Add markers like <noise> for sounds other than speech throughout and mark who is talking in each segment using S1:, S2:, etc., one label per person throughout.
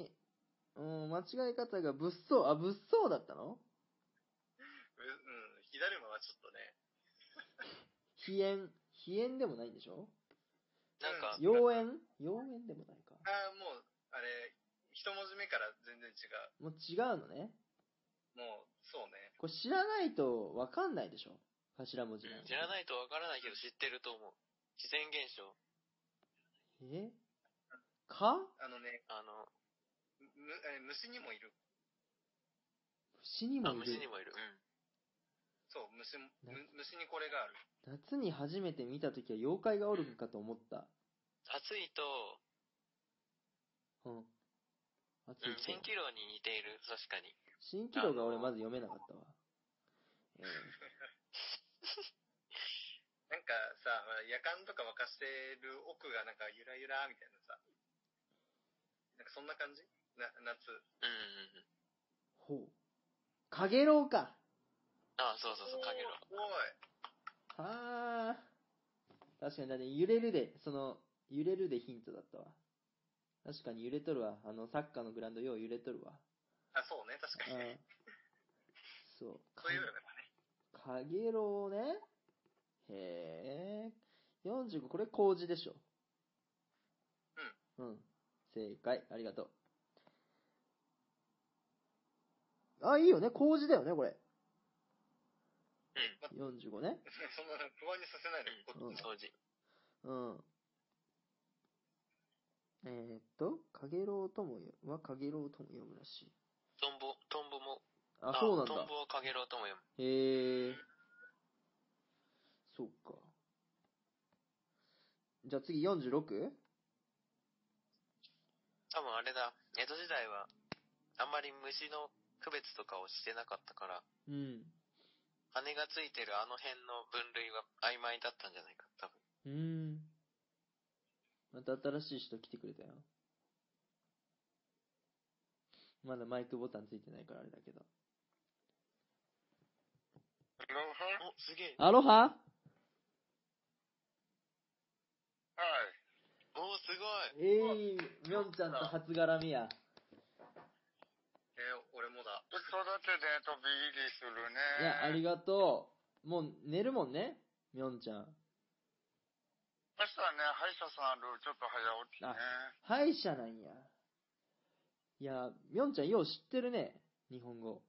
S1: うん、間違え方が物騒、あ、物騒だったの
S2: ううん、火だるまはちょっとね、
S1: 飛炎。飛炎でもないんでしょ
S3: なんか、
S1: 妖炎妖炎でもないか。
S2: ああ、もう、あれ、一文字目から全然違う。
S1: もう違うのね。
S2: もう、そうね。
S1: これ知らないとわかんないでしょ頭文字
S3: 知ら
S1: い。
S3: ないとわからないけど知ってると思う。自然現象。
S1: えか
S2: あのね、
S3: あの、
S2: むあれ虫にもいる。
S1: 虫にも
S3: あ、
S1: い
S3: 虫
S1: る。
S3: にもいる。うん。
S2: そう、虫も、
S1: な
S2: む虫にこれがある。
S1: 夏に初めて見たときは妖怪がおるんかと思った。
S3: 暑いと、
S1: うん。暑い
S3: うん、蜃気楼に似ている、確かに。
S1: 新気楼が俺まず読めなかったわ。えー
S2: なんかさ、ほら夜間とか沸かしてる奥がなんかゆらゆらみたいなさ。なんかそんな感じな、夏。
S3: うんうんうん。
S1: ほう。かげろうか。
S3: あ、そうそうそう、かげろう。
S2: おーすごい。
S1: はあ。確かに、だって揺れるで、その、揺れるでヒントだったわ。確かに揺れとるわ。あの、サッカーのグラウンドよう揺れとるわ。
S2: あ、そうね、確か
S1: う
S2: に
S1: ん
S2: ね。。
S1: そう。
S2: そういうのがね。 <laughs>
S1: かげろうね。へえ。45、これ麹でしょ。うん。うん。正解。ありがとう。あ、いいよね。麹だよね、これ。45ね。
S2: そんな不安にさせないで、こ
S1: う
S3: うんん。掃除。
S1: うん。えーっと、かげろうともよ、はかげろうとも読むらしい。
S3: トンボ、トンボも。
S1: あ、そうなん
S3: トン
S1: だ。
S3: ボをかげろうとも読む。
S1: へえ。そうか。じゃあ次 46?
S3: 多分あれだ、江戸時代は、あんまり虫の区別とかをしてなかったから、
S1: うん。
S3: 羽がついてるあの辺の分類は曖昧だったんじゃないか、多分。
S1: うーん。また新しい人来てくれたよ。まだマイクボタンついてないからあれだけど。
S2: は
S3: お、すげえ。
S1: アロハ
S2: い。
S3: おー、すごい。
S1: えい、みょんちゃんと初絡みや。
S2: えー俺もだ。
S4: 子育てで飛び入りするね。
S1: いや、ありがとう。もう寝るもんね、みょんちゃん。
S4: 明日はね、歯医者さんある、ちょっと早起きね。
S1: 歯医者なんや。いや、みょんちゃんよう知ってるね、日本語。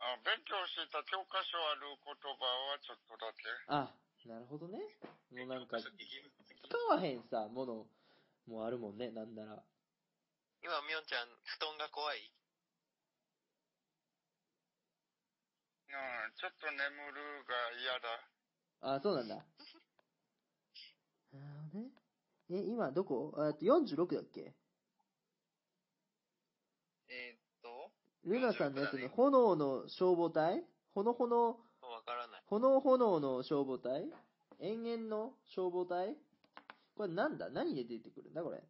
S4: あ勉強してた教科書ある言葉はちょっとだけ。
S1: あ、なるほどね。もうなんか、
S2: ち
S1: 使
S2: ょっと義務的
S1: わへんさ、ものもあるもんね、なんなら。
S3: 今、みょんちゃん、布団が怖い
S4: うん、ちょっと眠るが嫌だ。
S1: あ、そうなんだ。なるほどね。え、今どこえっと、46だっけ
S2: えーっと、
S1: ルナさんのやつ
S2: 46だ
S1: の
S2: ね
S1: 炎の消防隊ほのほの、
S3: わからない。
S1: 炎炎の消防隊延々の消防隊これなんだ何で出てくるんだこれ。
S2: い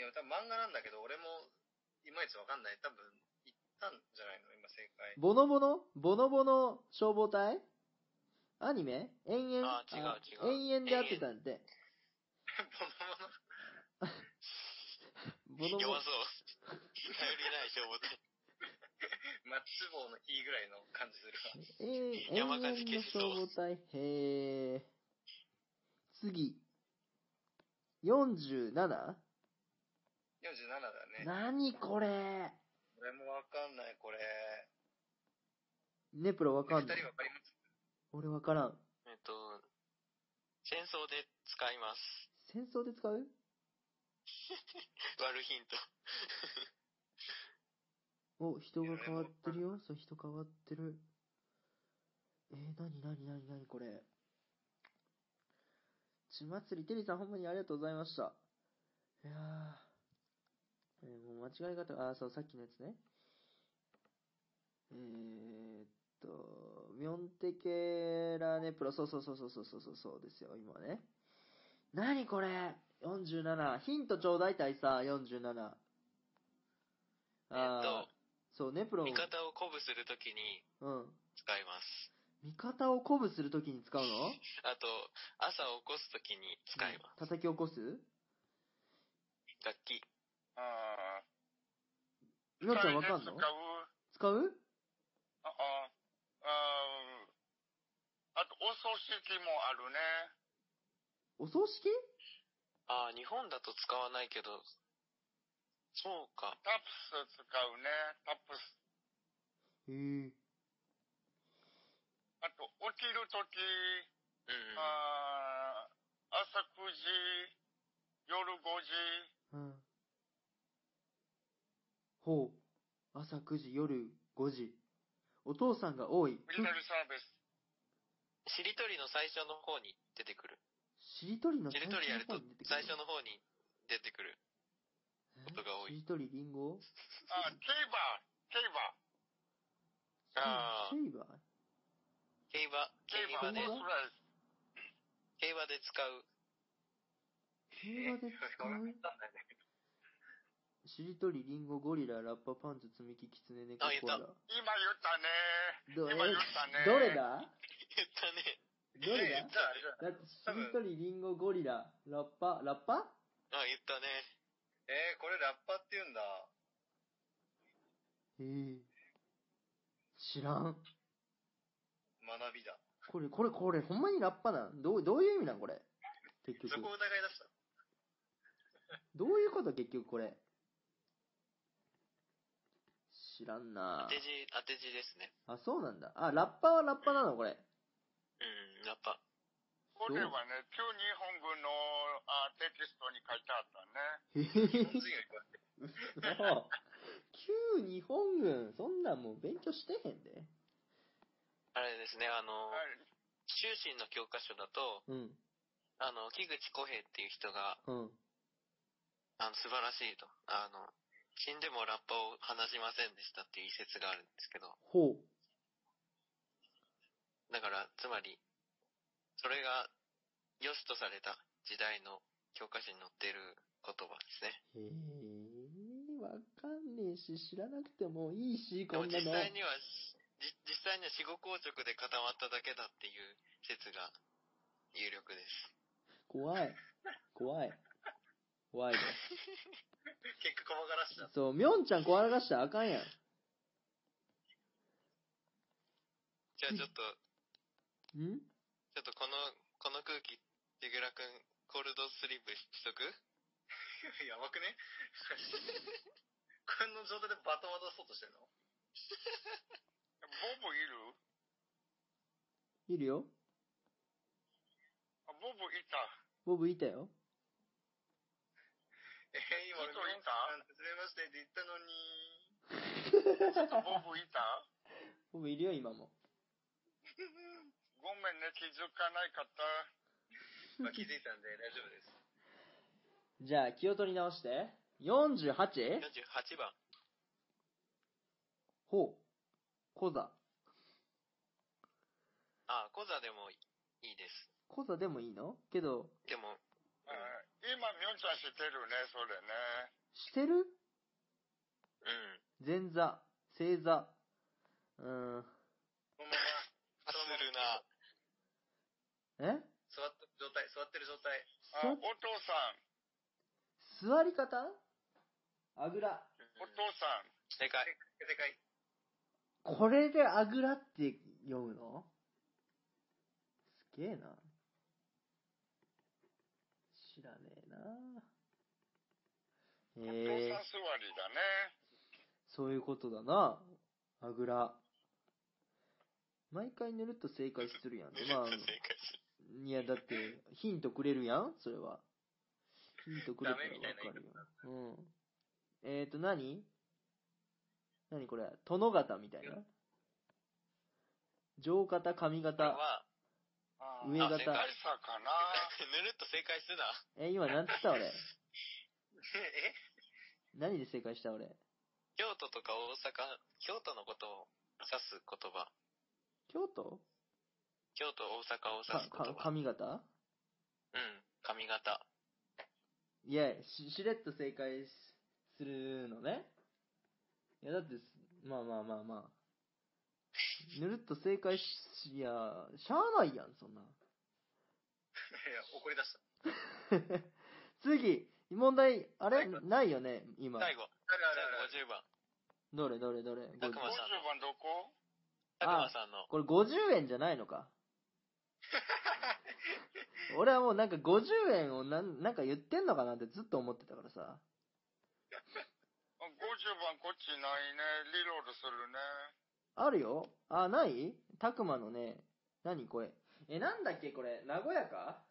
S2: や、多分漫画なんだけど、俺も、いまいちわかんない。多分、いったんじゃないの今、正解。 <laughs>
S1: ボノボノボノボノ消防隊アニメ延々
S3: あ違う違う
S1: 延々で合ってたんで。
S2: ボ
S1: ボ
S2: ノボノ
S1: ノボ
S3: 弱そう。頼りない消防隊。
S2: マッチ棒の E ぐらいの感じするわ。
S1: えー、延々
S3: 山
S1: の
S3: 火事消しそう
S1: 消防隊へえ。次。47?
S2: 47だね。
S1: 何これ
S2: 俺もわかんない、これ。
S1: ネプロわかん
S2: 二
S1: ない。
S2: 人わかります
S1: 俺わからん。
S3: えっと、戦争で使います。
S1: 戦争で使う
S3: 悪ヒント。
S1: お、人が変わってるよ。そう、人変わってる。えー、なになになになにこれ。ちまつりてりさん、ほんまにありがとうございました。いやー。えーもう間違い方が、あー、そう、さっきのやつね。えーっと、ミョンテケラネプロ、そうそうそうそうそうそうそうそうですよ、今ね。なにこれ ?47。ヒントちょうだい、大佐、47。
S3: えっ
S1: あー
S3: と、
S1: そう、ネプロン
S3: 味方を鼓舞するときに
S1: うん。
S3: 使います。
S1: 味方を鼓舞するときに使うの
S3: あと、朝起こすときに使いま
S1: 叩き起こす
S3: す。楽器。
S4: あああ。
S1: いなっちゃんわかんの
S4: 使う
S1: 使う
S4: ああ、ああ、あと、お葬式もあるね。
S1: お葬式
S3: ああ、日本だと使わないけど、そうか。
S4: タプス使うね。タプス。
S1: へえ。
S4: あと、起きるとき、
S3: うんうん。
S4: あー朝9時、夜5時、
S1: うん。ほう。朝9時、夜5時。お父さんが多い。
S4: ミリタリーサー
S1: <laughs>
S4: ビス。
S3: しりとりの最初の方に出てくる。
S1: しりとりの
S3: しりとりやると最初
S1: の
S3: の方に出てくる。ことが多い
S1: しりとりりんご
S4: あ、競馬、競馬。
S3: あ
S1: シ
S3: ー
S1: ェイバー
S3: 競馬、競
S4: 競馬、
S3: 馬で、
S4: ホースライス。
S3: 競馬で使う。
S1: 競馬で使う
S2: わかんないね
S1: しりとりりんごゴリララッパパンツ積み木キツネ猫
S3: あ言っ
S1: コ
S3: た
S1: アラ
S4: 今言ったね。
S1: ど
S4: 今言ったね。
S1: どれだ
S3: 言ったね。
S1: どれだ
S2: えじゃああれだ
S1: だってしりとりりんごゴリララッパラッパ
S3: あ、言ったね。
S2: えー、これラッパって言うんだ。
S1: ええ知らん
S2: 学びだ。
S1: これこれこれほんまにラッパなんどうどういう意味なんこれ結
S2: そ
S1: 局
S2: こを疑い出した。
S1: どういうこと結局これ知らんな
S3: 当て字、当て字ですね。
S1: あそうなんだあラッパはラッパなのこれ
S3: うん、やっぱ。
S4: これはね、旧日本軍のあテキストに書いてあった
S1: へへへ
S4: ね。
S2: 日本人がいっぱい
S1: そう。旧日本軍、そんなんもう勉強してへんで。
S3: あれですね、あの、
S4: はい。
S3: 修身の教科書だと、
S1: うん。
S3: あの、木口小平っていう人が、
S1: うん。
S3: あの、素晴らしいと。あの、死んでもラッパを話しませんでしたっていう一説があるんですけど、
S1: ほ
S3: だから、つまり、それが良しとされた時代の教科書に載っている言葉ですね。
S1: う。へえ、わかんねえし、知らなくてもいいし、
S3: で
S1: こん
S3: も実
S1: なの。
S3: 際には、しじ実際には死後硬直で固まっただけだっていう説が有力です。
S1: 怖い。怖い。怖いで
S2: 結果怖がらしちゃった。
S1: そう、みょんちゃん怖がしたらあかんやん。
S3: じゃあちょっと、
S1: ん
S3: ちょっとこの、この空気、デグラ君、コールドスリーブしとく
S2: <laughs> やばくねこの状態でバタバタそうとしてるの
S4: ボブいる
S1: いるよ。
S4: あボブいた。
S1: ボブいたよ。
S2: えー、今、
S4: ちょっといいか
S2: ずれましてって言ったのに。
S4: ボブいた
S1: ボブいるよ、今も。
S4: ごめんね、気づかないかった。 <laughs>
S2: まあ、気づいたんで大丈夫です。
S1: じゃあ、気を取り直して。48?
S3: 48番。
S1: ほう。コザ。
S3: ああ、コザでもいいです。
S1: コザでもいいのけど、
S3: でも、
S4: あ今、みょんちゃん知ってるね、それね。
S1: してる
S3: うん。
S1: 前座、正座。うーん。
S2: このまま、
S3: あ、するな。
S1: え
S2: 座った状態、座ってる状態。
S4: あお父さん、
S1: そ座り方あぐら。
S4: お父さん。
S3: 正解。
S2: 正解。
S1: これであぐらって読むのすげえな。知らねえな
S4: お
S1: えー、
S4: 父さん座りだね。
S1: そういうことだな。あぐら。毎回ぬるっと正解するやん。ま
S3: 正解する。
S1: あ、いや、だって、ヒントくれるやんそれは。ヒントくれたらわかるよ。うん。えーと、何何これ殿方みたいな上方、上
S3: これ
S1: 方。
S3: は、
S4: あ
S1: 上
S3: 方
S4: 世界差かな。
S3: ぬるっと正解するな。
S1: え、今なんつった俺。
S2: え
S1: 何で正解した俺。
S3: 京都とか大阪、京都のことを指す言葉。
S1: 京都
S3: 京都、大阪を指
S1: か
S3: す、
S1: か
S3: 言、葉。
S1: 上方
S3: うん。髪型。
S1: いや、し、しれっと正解しするのね。いや、だってす、まあまあまあまあ。ぬるっと正解し、いや、しゃあないやん、そんな。
S2: いや、怒り出した。
S1: <laughs> 次、問題、あれ
S2: 最後
S1: ないよね今。
S3: 最後、
S2: あるあるある。
S3: 50番。
S1: どれどれどれ
S3: たくまさん
S4: 50
S3: の、
S4: 番どこ
S3: たくまさんの、
S1: これ50円じゃないの <laughs> か。俺はもうなんか50円をなんなんか言ってんのかなってずっと思ってたからさ。
S4: あ ?50 番こっちないね。リロールするね。
S1: あるよあ、ないたくまのね、何これ。え、なんだっけこれ、名古屋か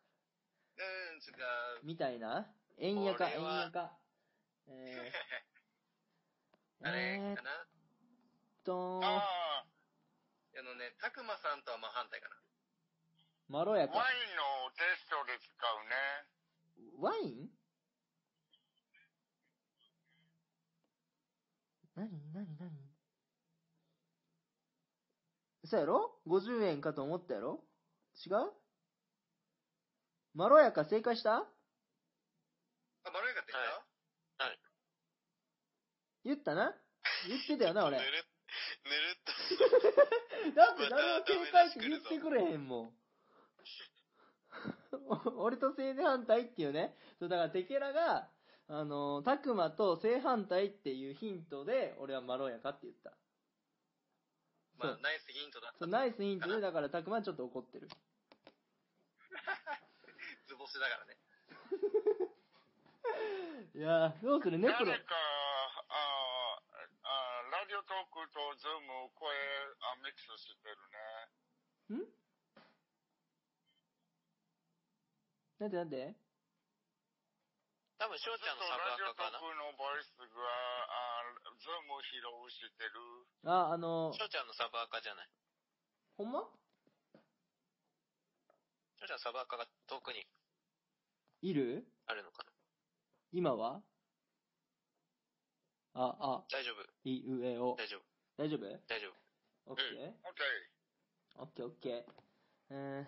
S2: うん、ちょっと、あ
S1: みたいな円やか、
S3: これ
S1: 円
S3: は
S1: やか。え <laughs> ー
S2: あ
S1: え
S2: れ
S1: ー
S2: か
S1: っ
S2: な。
S1: と、
S4: ああ、
S2: あのね、たくまさんとは真反対かな。
S1: まろや
S4: ワ
S1: か。
S4: インのテストで使うね。
S1: ワイン何何何そうやろ ?50 円かと思ったやろ違うまろやか正解した
S2: あ、まろやかって言った、
S1: 言ったな言ってたよ <laughs> な、俺。だ
S3: ぬ
S1: っ
S3: る、ぬるっと。
S1: て誰も正解って言ってくれへんもん。 <laughs> お俺と正反対っていうね。そう、だからテケラが、あのー、たくまと正反対っていうヒントで、俺はまろやかって言った。
S2: まあ、ナイスヒントだった。
S1: そうナイスヒントで、だから、たくまちょっと怒ってる。
S2: 図星だからね。
S1: いやー、どうするネプロ
S4: 誰。か、あーあー、ラジオトークとズーム、声、あミックスしてる
S1: んなんでなんで
S3: 多分、翔
S4: ね。
S3: ちゃんのサブ
S4: ラジオ
S3: ア
S4: ト
S3: カか
S4: ー
S3: な
S4: ク。のボイスが、あーズーム披露してる。
S1: あ、あのー
S3: 翔ちゃんのサブアカじゃない。
S1: ほんま
S3: 翔ちゃんのサブアカが遠くに
S1: いる
S3: あるのかな。
S1: 今はあ、あ、
S3: 大丈夫、
S1: い、う、え、お。
S3: 大丈夫、
S1: 大丈夫
S3: 大丈夫。
S1: オッケー
S4: オッケー。
S1: オッケーオッケー。えー、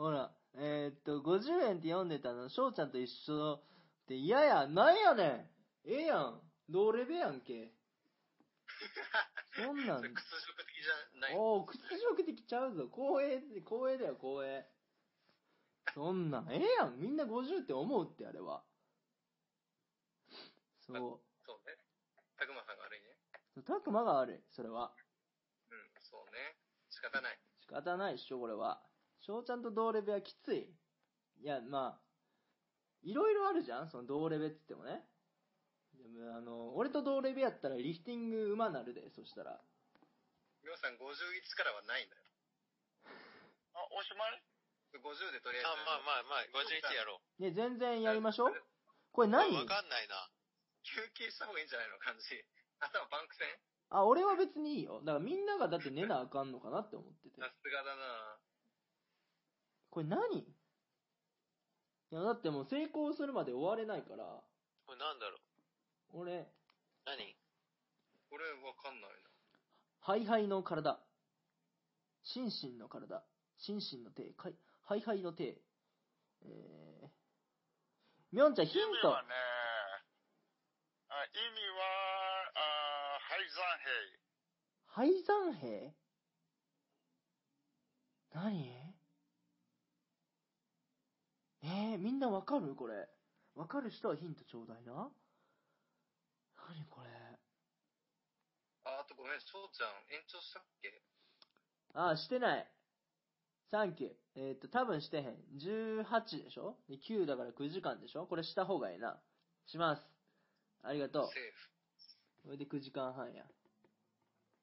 S1: ほら、えー、っと、50円って読んでたの、翔ちゃんと一緒って嫌や、なんやねんええやん同レベやんけ。そん
S3: <laughs>
S1: なん
S2: それ、屈辱的じゃない。
S1: おお、屈辱的ちゃうぞ。光栄、光栄だよ、光栄。そんなん、ええやんみんな50って思うって、あれは。そ
S2: そうね。たくまさんが悪いね。
S1: う。たくまが悪い、それは。
S2: うん、そうね。仕方ない。
S1: 仕方ないっしょ、これは。翔ちゃんと同レベはきつい。いや、まあ、いろいろあるじゃんその同レベっつってもね。でも、あの、俺と同レベやったらリフティング馬なるで、そしたら。
S2: りょうさん51からはないんだよ。
S4: あ、おしまい
S2: 50でとりあえず。
S3: あ、まあまあまあ、51やろう。
S1: ね、全然やりましょう。これ何
S3: わかんないな。
S2: 休憩した方がいいんじゃないの感じ。頭バンク戦
S1: あ、俺は別にいいよ。だからみんながだって寝なあかんのかなって思ってて
S2: さ。すがだな
S1: これ何いや、だってもう成功するまで終われないから、
S3: これなんだろう。
S1: 俺、
S3: 何
S2: 俺わかんないな。
S1: ハイハイの体。心身の体。心身の手。かいハイハイの手。えー、みょんちゃんヒン
S4: 意味
S1: ト
S4: は。ね、あ意味は、あ廃山兵。
S1: 廃山兵何えー、みんなわかるこれ。わかる人はヒントちょうだいな。何これ。
S2: あ、あとごめん、翔ちゃん、延長したっけ
S1: ああ、してない。サンキュー。えーっと、多分してへん。18でしょで ?9 だから9時間でしょこれした方がいいな。します。ありがとう。
S2: セーフ。
S1: これで9時間半や。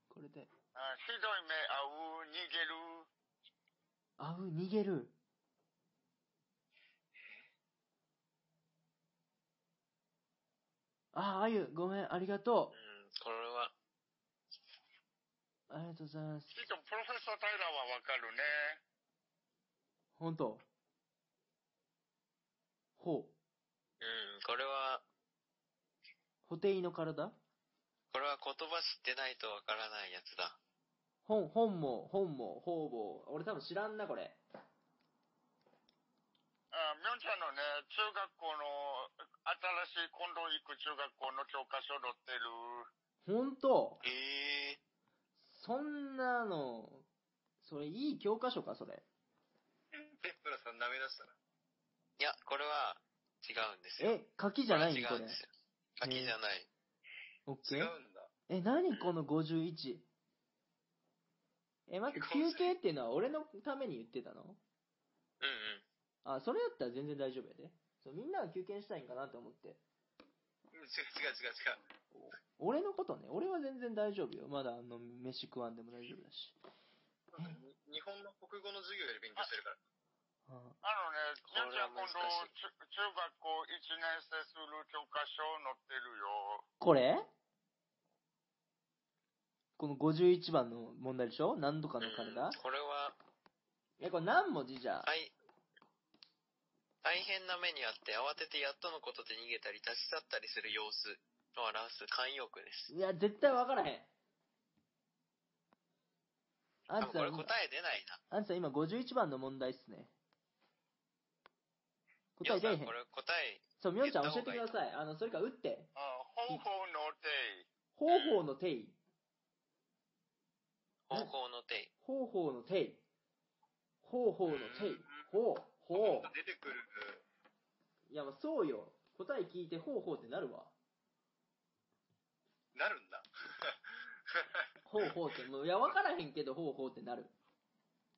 S1: これで。
S4: あひどい目合う、逃げ
S1: あう、
S4: る。
S1: 逃げる。あ、あゆ、ごめん、ありがと
S3: うん、これ
S1: う。あ
S3: は、
S1: りがとうございます。
S4: きっとプロフェッサー・タイラーはわかるね。
S1: ほんと。ほう。
S3: うん、これは、
S1: 補定の体
S3: これは言葉知ってないとわからないやつだ。
S1: 本、本も、本も、方々。俺多分知らんな、これ。
S4: あみょんちゃんのね、中学校の、新しい近藤行く中学校の教科書載ってる。
S1: ほんと
S3: ええ
S1: そんなの、それいい教科書か、それ。
S2: ペップラさん舐め出したな。
S3: いや、これは、違うんですよ。
S1: え、柿じゃない
S3: 違
S1: のこ
S3: うん
S1: れ
S3: で。すよ。柿じゃない。
S1: オッケ
S2: 違
S1: ー。
S2: うんだ。
S1: え、何この 51? え、待って、休憩っていうのは俺のために言ってたの
S3: うんうん。
S1: あ、それだったら全然大丈夫やで。そうみんなが休憩したいんかなと思って。
S2: 違う違う違う違う。
S1: 俺のことね、俺は全然大丈夫よ。まだあの、飯食わんでも大丈夫だし。
S2: 日本の国語の授業より勉強して
S1: <laughs>
S2: るから。
S1: あ
S4: あのね、
S3: これ
S4: 純ちゃ
S3: は
S4: ん今
S3: 難しい
S4: 度、中中学校1年生する教科書載ってるよ。
S1: これこの51番の問題でしょ何度かの彼
S3: う
S1: だ
S3: ん、これは、
S1: え、これ何文字じゃ
S3: 大大変な目にあって、慌ててやっとのことで逃げたり、立ち去ったりする様子を表す慣用句です。
S1: いや、絶対分からへん。あ
S3: 多
S1: ん
S3: 分
S1: た
S3: こ
S1: ん
S3: れ答え出ないな。
S1: あんた今51番の問題っすね。答え出えへ
S3: よ
S1: ん
S3: うさんこ。れ答え、
S1: そう、みおちゃん教えて
S3: 言
S1: く
S3: った
S1: ださ
S3: 方
S1: い。あの、それから打って。
S4: うん、方法載って。
S1: 方法の定位。
S3: 方法の <laughs> 定
S1: 方法の定位。方法の定位。ほう、ほ
S2: 出てくる。
S1: う。いや、まあそうよ。答え聞いて方法ってなるわ。
S2: なるんだ。
S1: 方法って、もう、いや、分からへんけど方法ってなる。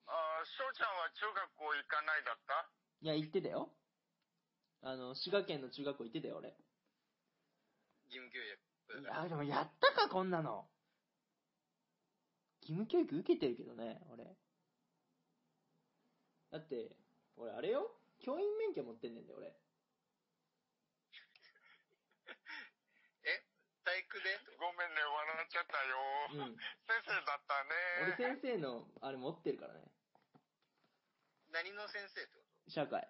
S4: あ、翔ちゃんは中学校行かないだった
S1: いや、言ってたよ。あの、滋賀県の中学校行ってたよ、俺。
S2: 義務教育。
S1: いや、でもやったか、こんなの。義務教育受けてるけどね、俺。だって、俺、あれよ教員免許持ってんねんだよ、俺。
S2: 体育で
S4: ごめんね、笑っちゃった
S1: う
S4: よ。
S2: <laughs>
S1: ん。
S4: 先生だった
S1: 俺、
S4: ね。
S1: 先生の、あれ持ってるからね。
S2: 何の先生ってこ
S1: 社会。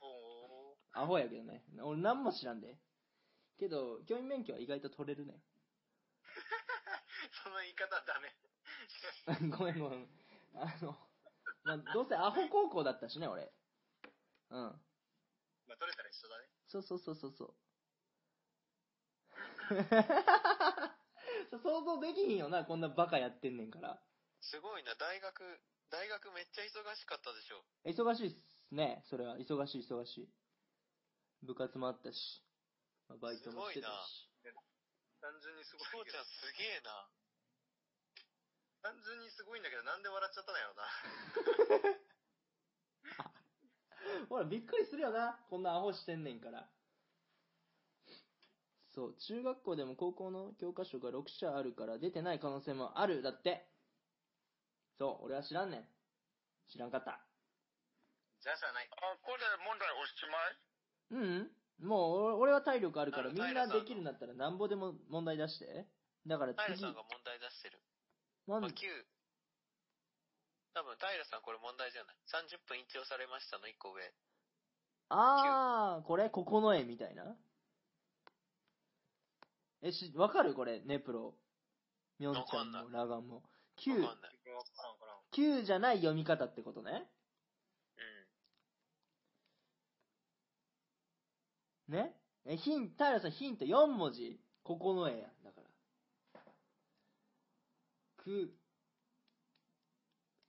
S2: とほう。
S1: アホやけどね。俺、何も知らんで。けど、教員免許は意外と取れるね。
S2: その言い方ダメ。
S1: <laughs> ごめんごめん。あの、まあ、どうせアホ高校だったしね、俺。うん。
S2: まあ、取れたら一緒だね。
S1: そうそうそうそう <laughs> そう。想像できひんよな、こんなバカやってんねんから。
S3: すごいな、大学、大学めっちゃ忙しかったでしょ。
S1: 忙しいっすね、それは。忙しい忙しい。部活もあったし、まあバイトもしてたし。
S2: 単純にすご
S3: そう
S2: いけ
S3: ちゃ
S2: ど
S3: ん。すげえな。
S2: 単純にすごいんだけど、なんで笑っちゃったのやろな。
S1: ほら、びっくりするよな、こんなアホしてんねんから。そう、中学校でも高校の教科書が6社あるから出てない可能性もある、だって。そう、俺は知らんねん。知らんかった。
S2: じゃあしゃあない。
S4: あ、これ問題お
S1: う
S4: しまい
S1: ん、うん、もう俺俺は体力あるから
S3: あ
S1: みん
S3: 平
S1: な
S3: さんの
S1: できるんだったらなんぼでも問題出して。だから
S3: 平
S1: 次、
S3: さんが問題出してる。
S1: なん
S3: まあ、9。多分、平さんこれ問題じゃない。30分一応されましたの1個上。
S1: あー、これ、ここの絵みたいな。え、し、わかるこれ、ネプロ。みょんちゃん
S3: わか
S1: も
S3: ん
S1: ラガンも。9
S3: わ、かんない。
S2: わからんわからん。
S1: 9じゃない読み方ってことね。
S3: うん。
S1: ねえ、ヒン、平さんヒント4文字。ここの絵や。だから。く、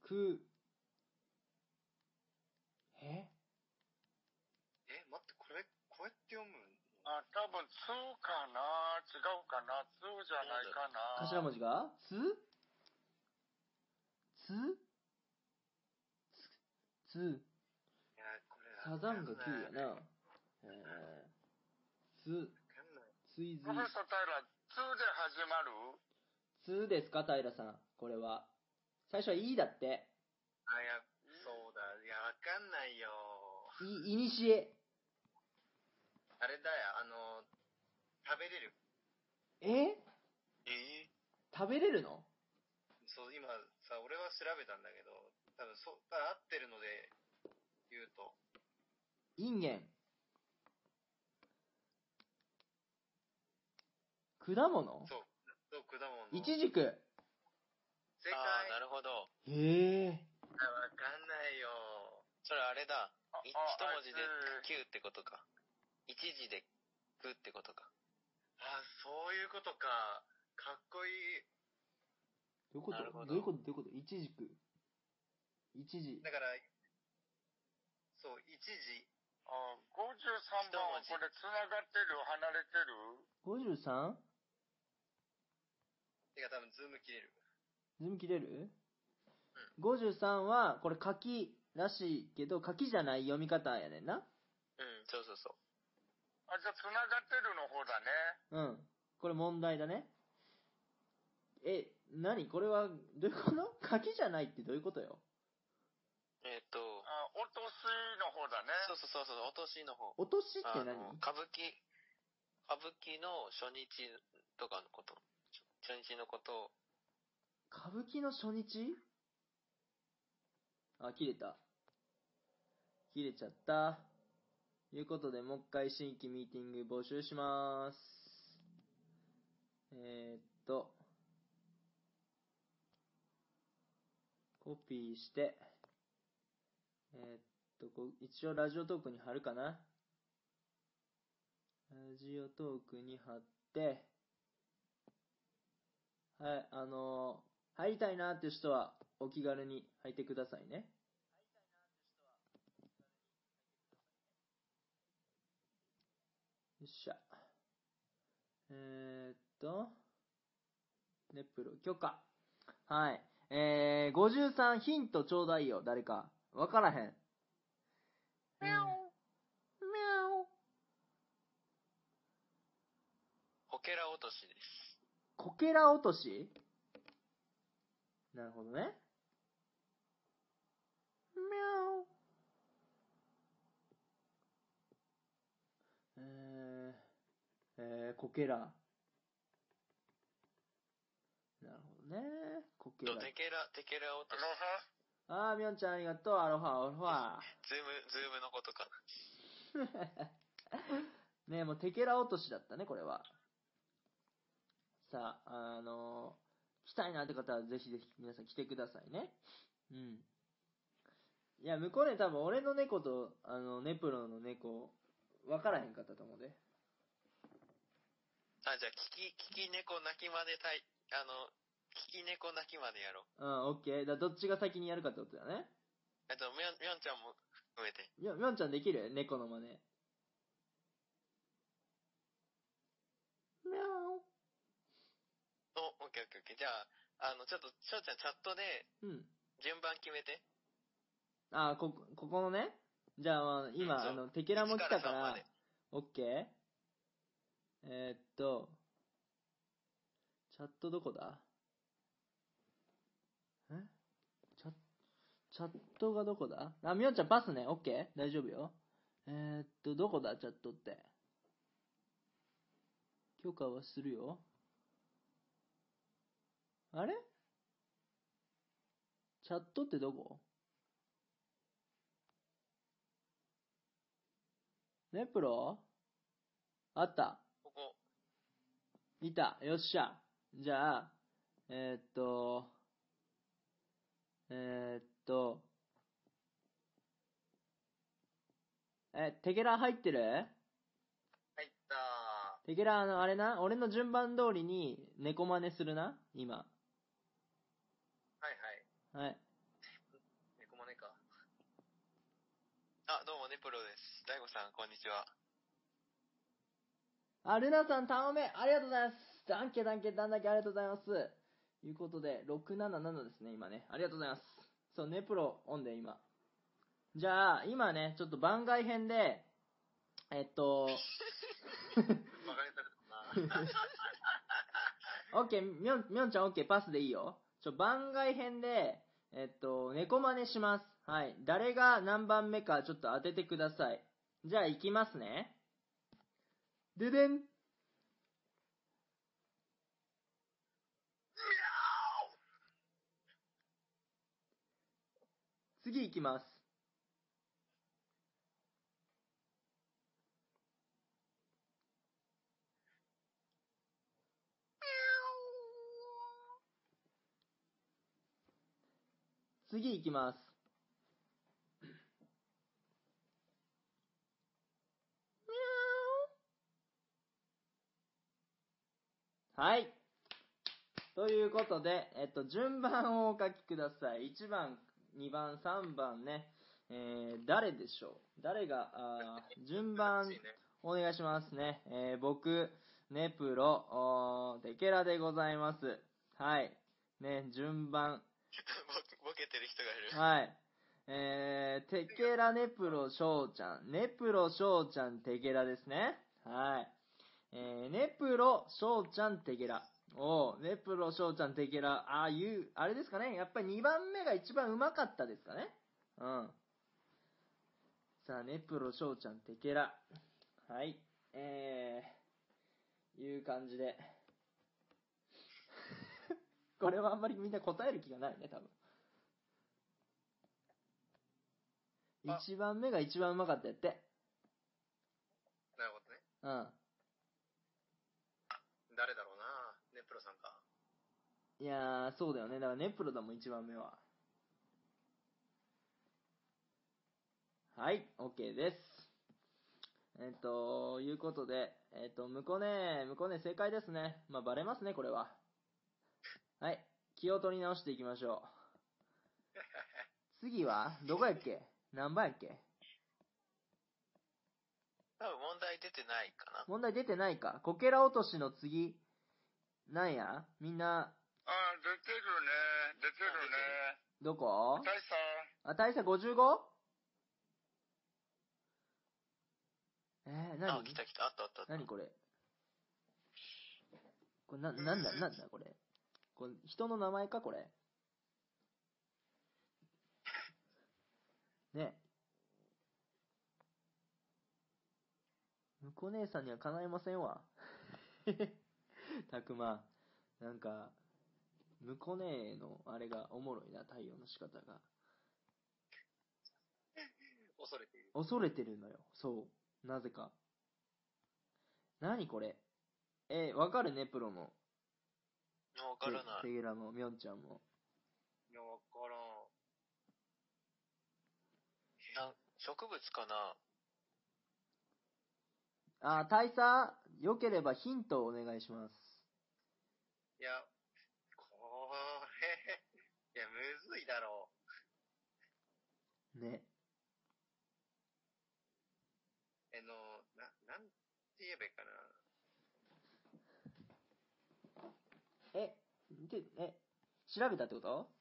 S1: く、え
S2: え、待って、これ、こうやって読む
S4: あ、多分、通かな違うかな通じゃないかな
S1: 頭文字がつつつ
S2: いや、こ
S1: サ
S2: れ、
S1: ザンが9や
S2: わ
S1: な。えー、
S2: かんない。
S1: つ、つい
S4: プロフェッサー平、通で始まる
S1: ずい、つですか、平さん。これは。最初は「い」だって。
S2: あ、いや、そうだ。いや、わかんないよ。
S1: い、いにしえ。
S2: あれだよ、あの、食べれる。
S1: え
S3: ええ
S1: 食べれるの
S2: そう、今さ、俺は調べたんだけど、多分そう、あ合ってるので、言うと。
S1: いんげん。果物
S2: そう、そう果物の。
S1: いちじく。
S2: 正解
S3: ああ、なるほど。
S1: へえ。
S2: あわかんないよ。
S3: それあれだ。
S4: あ
S3: 一
S4: あ
S3: 文字で
S4: あ
S3: 9ってことか。一字で9ってことか。
S2: あ、そういうことか。かっこいい。
S1: どういうこと
S3: な
S1: ど
S3: るほど
S1: ういうことどういうこといちじく。いちじ
S2: だ。から、そう、一時、
S4: あ53番はこれ、つながってる離れてる
S1: 53?
S2: てか多分ズーム切れる。
S1: ズーム切れる ?53 は、これ書きらしいけど、書きじゃない読み方やねんな。
S3: うん、そうそうそう。
S4: あ、じゃあ、つながってるの方だね。
S1: うん。これ問題だね。え、何これは、どういうこと書きじゃないってどういうことよ
S3: えっ、と、
S4: あ、落としの方だね。
S3: そうそうそうそう、落としの方。
S1: 落としって
S3: あ
S1: 何
S3: の、歌舞伎、歌舞伎の初日とかのこと、初日のことを、
S1: 歌舞伎の初日あ、切れた。切れちゃった。いうことで、もう一回新規ミーティング募集します。えー、っと、コピーして、えー、っとこう、一応ラジオトークに貼るかな。ラジオトークに貼って、はい、あのー入りたいなっていう人は、お気軽に入ってくださいね。よっしゃ。えー、っと、ネプロ許可。はい。えー、53ヒントちょうだいよ、誰か。わからへん。
S4: みゃ
S1: うん
S4: お。みゃお。
S3: こけら落としです。
S1: こけら落としなるほどね。みゃお。えー、えー、こけら。なるほどね。こけら。
S3: テケラ、テケラ落と
S4: ロ
S3: し。
S4: ハ
S1: あー、みょんちゃんありがとう。アロハ、アロハ。
S3: ズーム、ズームのことかな。
S1: ねえ、もうテケラ落としだったね、これは。さあ、あの来たいなって方はぜひぜひ皆さん来てくださいね。うん。いや、向こうね、多分俺の猫と、あの、ネプロの猫、分からへんかったと思うで。
S3: あ、じゃあ、聞き、聞き猫鳴きまでたい、あの、聞き猫鳴きまでやろう。
S1: うん、オッケー。だからどっちが先にやるかってことだね。
S3: あと、みょん、みょんちゃんも含めて。
S1: みょ、みょんちゃんできる猫の真似。みゃ
S3: お、オッケーオッケーオッケー。じゃあ、あの、ちょっと、しょうちゃんチャットで
S1: お。うん。
S3: 順番決めて。
S1: あー、こ、ここのね。じゃあ、まあ、
S3: うん
S1: 今、
S3: そう
S1: あの、テケラも来た
S3: 1
S1: か
S3: 3ま
S1: ら
S3: で、
S1: オッケーえーっと、チャットどこだえチャチャットがどこだあ、みおんちゃんパスね。オッケー大丈夫よ。えーっと、どこだチャットって。許可はするよ。あれチャットってどこね、プロあった。
S3: ここ。
S1: いた。よっしゃ。じゃあ、えーっと、えーっと、え、テケラ入ってる
S2: 入ったー。
S1: テケラ、あの、あれな、俺の順番通りに猫真似するな、今。
S2: はいはい。
S1: はい。
S2: 猫マネか。
S3: あ、どうもね、プロです。大悟さん、こんにちは。 <laughs>
S1: あ、ルナさん、タオメ、ありがとうございます。ダンケ、ダンケ、ダンだけありがとうございます。いうことで、677ですね、今ね。ありがとうございます。そう、ネプロオンで、今。じゃあ、今ね、ちょっと番外編で、えっと、
S2: バカにされたな。
S1: オッケー、みょん、みょんちゃんオッケー、パスでいいよ。ちょ、番外編で、えっと、猫真似します。はい。誰が何番目かちょっと当ててください。じゃあ、行きますね。ででん。次行きます。次行きます。はい。ということで、えっと、順番をお書きください。1番、2番、3番ね。えー誰でしょう誰が、あー順番
S2: 難しいね
S1: お願いしますね。えー僕、ネプロ、おーデケラでございます。はい。ね、順番。
S3: ボボケてる人がい
S1: は
S3: る。
S1: い。えー、テケラネプロショウちゃん。ネプロショウちゃんテケラですね。はい。えー、ネプロショウちゃんテケラ。おーネプロショウちゃんテケラ。ああいう、あれですかね。やっぱり2番目が一番うまかったですかね。うん。さあ、ネプロショウちゃんテケラ。はい。えー、いう感じで。 <laughs> これはあんまりみんな答える気がないね、多分。
S2: あ
S1: 一番目が一番うまかったやって。
S2: なるほどね。
S1: うん。
S2: 誰だろうなネプロさんか。
S1: いやー、そうだよね。だからネプロだもん、一番目は。はい、OK です。えっと、いうことで、えっと、向こうね、向こうね、正解ですね。まあ、バレますね、これ
S2: <laughs>
S1: は。はい、気を取り直していきましょう。次は、どこやっ
S2: <laughs>
S1: け何番やっけ
S3: 多分問題出てないかな。
S1: 問題出てないか。こけら落としの次、なんやみんな、
S4: あ出てるね。出てるね。
S1: どこ
S4: 大佐、
S1: あ、大差 55? えー、
S3: あ
S1: 何、
S3: 来た来た。あったあったあった。
S1: 何これこれな、なんだ、なんだこれこれ人の名前かこれねえ。向こう姉さんには叶えませんわ。たくま、なんか、向こう姉のあれがおもろいな、対応の仕方が。
S2: 恐れている。
S1: 恐れてるのよ。そう。なぜか。何これえーわかるね、プロも。
S3: もうわからな
S1: テ
S3: い。
S1: ゲラも、みょんちゃんも。
S2: いや、わからん。
S3: な植物かな
S1: あー、大佐、良ければヒントをお願いします。
S2: いや、これ、いや、むずいだろう。
S1: ね。
S2: えの、な、なんて言えばいいかな。
S1: え、で、え、調べたってこと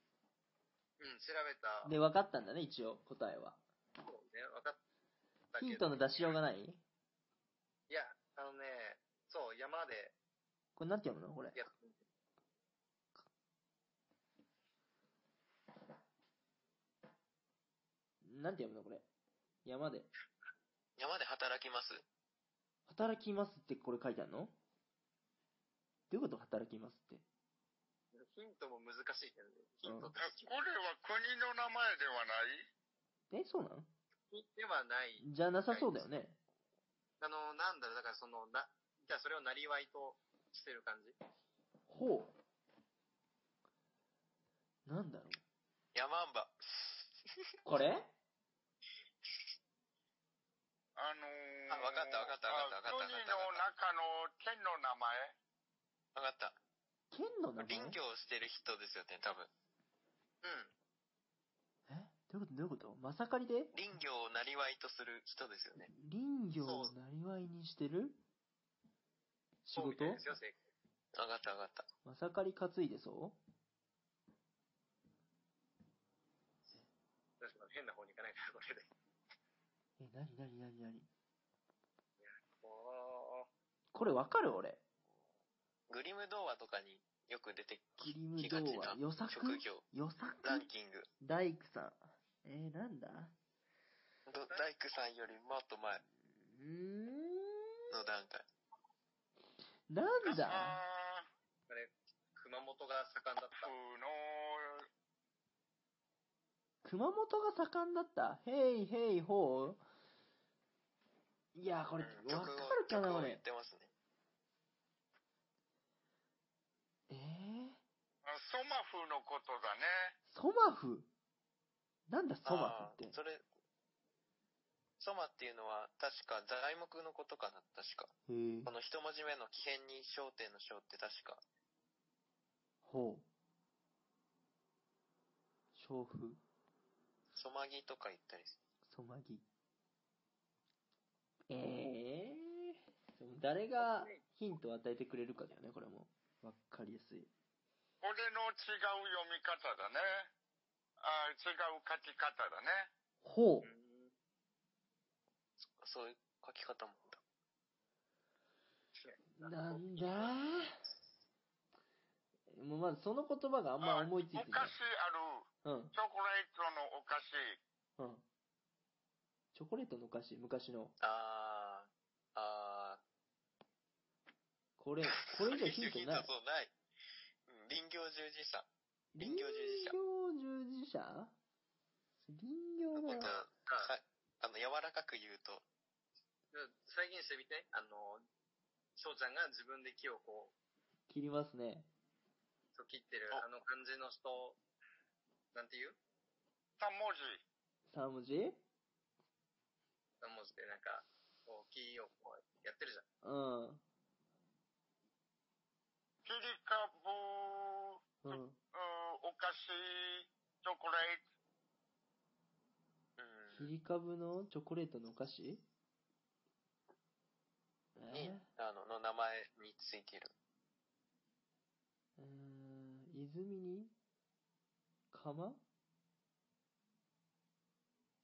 S2: うん、調べた。
S1: で、分かったんだね、一応、答えは。
S2: そうね、わかったけど。
S1: ヒントの出しようがない
S2: いや、あのね、そう、山で
S1: これなんて読むのこれ。
S2: やっ
S1: なんて読むのこれ。山で。
S3: 山で働きます。
S1: 働きますってこれ書いてあるのどういうこと働きますって。
S2: ヒントも難しいけどね。ヒント
S4: えこれは国の名
S1: え、
S4: 前ではない
S1: そうなん
S2: ではない。
S1: じゃなさそうだよね。
S2: あの、なんだろう、だからその、な、じゃあそれをなりわいとしてる感じ。
S1: ほう。なんだろう。
S3: 山んば。
S1: これ
S4: あのー、
S3: あわかったわかったわかったわかったわかった
S4: あ国の中の県の名前
S3: わかった。
S1: 県の名前
S3: 林業をしてる人ですよね、多分。
S2: うん。
S1: えどういうことどういうことまさかりで
S3: 林業をなりわいとする人ですよね。
S1: 林業をなりわいにしてる仕
S2: そうみ
S1: 事
S2: たいですよ、正解。
S3: わかったわかった。
S1: まさかり担いでそ
S2: 確かに変な方に行かないな、これで。
S1: うえ、なになになになに
S2: おー
S1: これわかる俺。
S3: グリム童話とかによく出て
S1: グ
S3: き
S1: リム
S3: き
S1: 童
S3: がち
S1: 話
S3: な。
S1: 予測
S3: 職業。
S1: 予作
S3: ランキング。
S1: 大工さん。えーなんだ
S3: ど大工さんよりもっと前
S1: うー
S3: の段階。
S1: ん。なんだ
S4: あー
S2: 熊本が盛んだった
S4: ふ。の
S1: 熊本が盛んだった。へいへいほう。いやー、これ、わ
S3: う
S1: か
S3: ん
S1: るかな、
S3: 曲を
S1: 俺
S3: 言っ。てますね。
S1: えー、
S4: あソマフのことだね。
S1: ソマフなんだソマ
S3: あ
S1: フっ
S3: ー
S1: て。
S3: それ、ソマっていうのは確か材木のことかな、確か。
S1: へー
S3: この一文字目の奇変に焦点の焦って確か。
S1: ほう。娼婦。
S3: そまぎとか言ったりす
S1: そまぎ。ええー。でも誰がヒントを与えてくれるかだよね、これも。わかりやすい。
S4: これの違う読み方だね。あ違う書き方だね。
S1: ほ
S3: る。うんそそういう書き方もあっ
S1: う。
S3: た。
S1: なんだもうまずその言葉があんま思いついて
S4: お
S1: な
S4: 菓
S1: い。
S4: 子ある。
S1: うん。
S4: チョコレートのお菓子。
S1: うん。チョコレートのお菓子、昔の。
S3: あー、あ
S1: これ、これ以上ヒントない。
S3: そうない。うん林業従事者。林業従事者
S1: 林業従事者林業
S3: なん
S1: が、
S3: か、はい。あの、柔らかく言うと、
S2: 再現してみて。あの、翔ちゃんが自分で木をこう、
S1: 切りますね。
S2: そう切ってる、
S3: お
S2: あの感じの人、なんていう
S4: 三文字。
S1: 3文字
S2: 三文字でなんか、こう、木をこうやってるじゃん。
S1: うん。
S4: 切り株、
S1: うん。
S4: うんお菓子、チョコレート。
S1: 切り株のチョコレートのお菓子
S3: に
S1: え、
S3: あの、の名前についてる。
S1: ー、うーん、泉に釜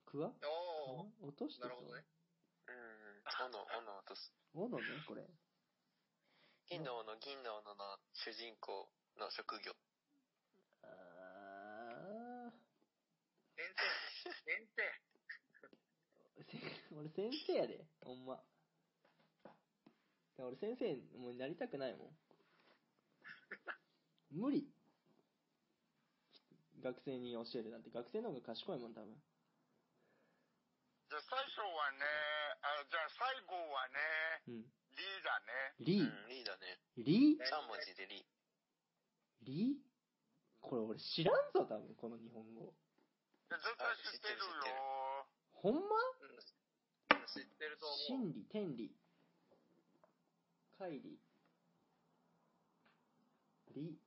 S1: くわ
S2: おー、
S1: 釜落として
S2: なる
S1: そ
S2: ほどね
S1: う。
S3: うん。斧、斧を落とす。
S1: 斧ね、これ。
S3: 銀の斧、銀の斧の主人公の職業。
S1: あ
S2: 先
S1: ー
S2: 生、先生、
S1: せ <laughs> 俺先生やで、ほんま。俺先生もうなりたくないもん。 <laughs> 無理。学生に教えるなんて、学生の方が賢いもん、多分。
S4: じゃあ最初はね、あじゃあ最後はね、
S1: うん。
S4: リーだね。
S1: リ
S3: う
S1: ー、
S3: ん、リーだね。
S1: リー
S3: 3文字でリー。
S1: リこれ俺知らんぞ、多分、この日本語。
S4: 絶対知ってるよ。
S1: ほんま
S2: うん、知ってると思う。
S1: 真理、天理。乖理。理。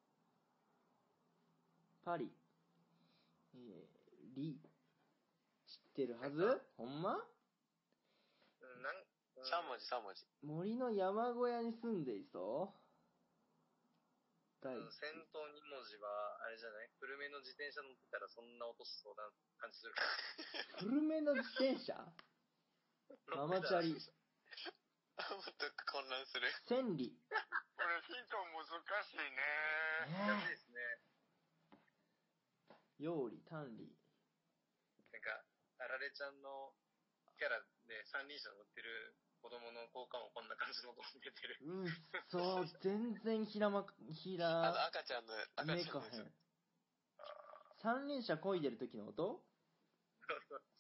S1: パリ。えー、理。知ってるはずほんま
S2: うん、なん、うん
S3: 3文字、3文字。 <laughs>
S1: 森の山小屋に住んでいそう第
S2: うん先頭2文字は、あれじゃない古めの自転車乗ってたらそんな落としそうな感じするから。
S1: 古めの自転車ママチャリ。
S3: もっと混乱する。
S1: 千里。
S4: これヒント難しいね。
S2: やばいですね。
S1: 用理、単理。
S2: なんか、あられちゃんのキャラで三輪車乗ってる子供の効果もこんな感じの音出てる。 <laughs>
S1: うん、そう、全然ひらまく、ひ
S3: あの、
S1: ら、
S3: 赤ちゃんの、赤
S1: め
S3: ちゃ
S1: か
S3: んの
S1: へ
S3: や
S1: ん。三輪車漕いでる時の音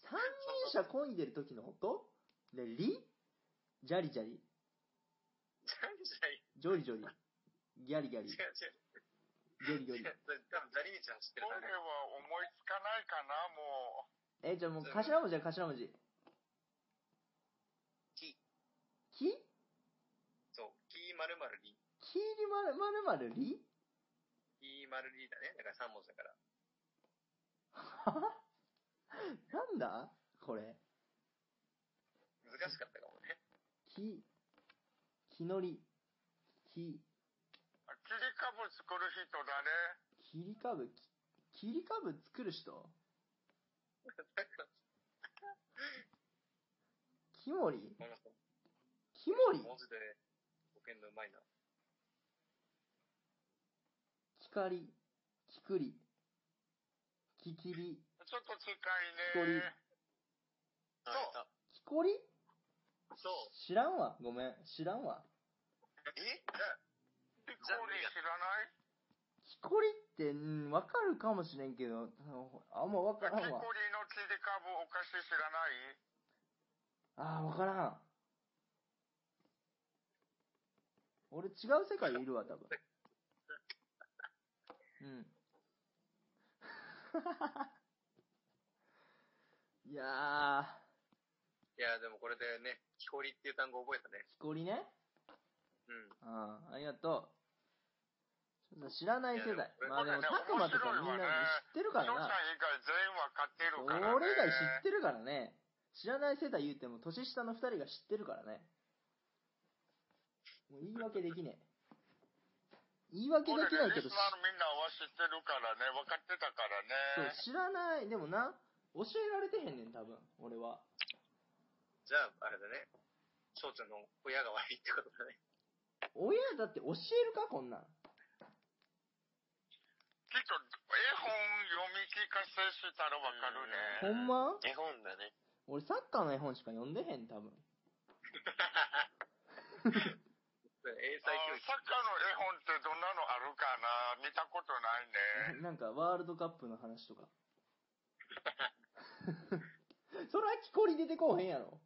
S1: 三輪車漕いでる時の音で、りじゃりじゃり。
S2: じゃんじゃい。
S1: ジョリジョリ。ギャリギャリ。
S2: 違
S1: ギ
S2: う
S1: ョ
S2: 違う。
S1: リギョ
S2: 違
S1: リ
S2: う。多分ザリ道走って
S4: これ
S2: るからね。
S4: は思いつかないかな、もう。
S1: え、じゃあもう頭文字は頭文字。
S3: き。
S1: きき
S2: そう。キーまるまるリ。
S1: にまるまるまるり <laughs>
S2: キーまるリだね。だから三文字だから。
S1: はなんだこれ。
S2: 難しかったかもね。
S1: き、きのり。き、
S4: 切り株作る人だね。
S1: 切り株、き、切り株作る人キモリ
S2: この子
S1: キモリ
S2: 文字でボケんのうまいな。
S1: キカリ、キクリ、キキリ、
S4: ちょっと近
S1: こ
S4: い
S1: れ
S4: ね。
S3: つ。あいた
S1: キコリ
S2: そう。
S1: 知らんわ。ごめん。知らんわ。
S3: え
S4: ピコリ知らない
S1: キコリって、うん、わかるかもしれんけど、あんまわ
S4: ピ
S1: か
S4: コリ
S1: らんわ。
S4: の切り株お菓子知らない
S1: ああ、わからん。俺違う世界にいるわ、多分。うん。 <laughs> いやー、
S2: いや、でもこれでね、木こりっていう単語覚えたね。
S1: 木こりね。
S2: うん。
S1: ああ、ありがとう。そう知らない世代。まあでも、たくまとかみんな知ってる
S4: 翔
S1: か
S4: ちゃん
S1: らな。
S4: 以外全員わかってるから、ね。
S1: 俺以外知ってるからね。知らない世代言っても、年下の二人が知ってるからね。もう言い訳できねえ。言い訳できないけど、
S4: 俺ねリスナーのみんなは知ってるからね、分かってたから
S1: そう
S4: ね。
S1: 知らない。でもな、教えられてへんねん、多分、俺は。
S2: じゃあ、あれだね。翔ちゃんの親が悪いってことだね。
S1: 親だって教えるか、こんなん。
S4: きっと、絵本読み聞かせしたらわかる
S1: ほ
S4: ね。
S1: んま
S3: 絵本だね。
S1: 俺サッカーの絵本しか読んでへん、多
S4: <laughs>
S1: 分。
S4: あサッカーの絵本っ
S2: 英才教育。
S4: てどんなのあるかな見たことないね。
S1: ななんか、ワールドカップの話とか。 <laughs> それは木こり出てこうへんやろ。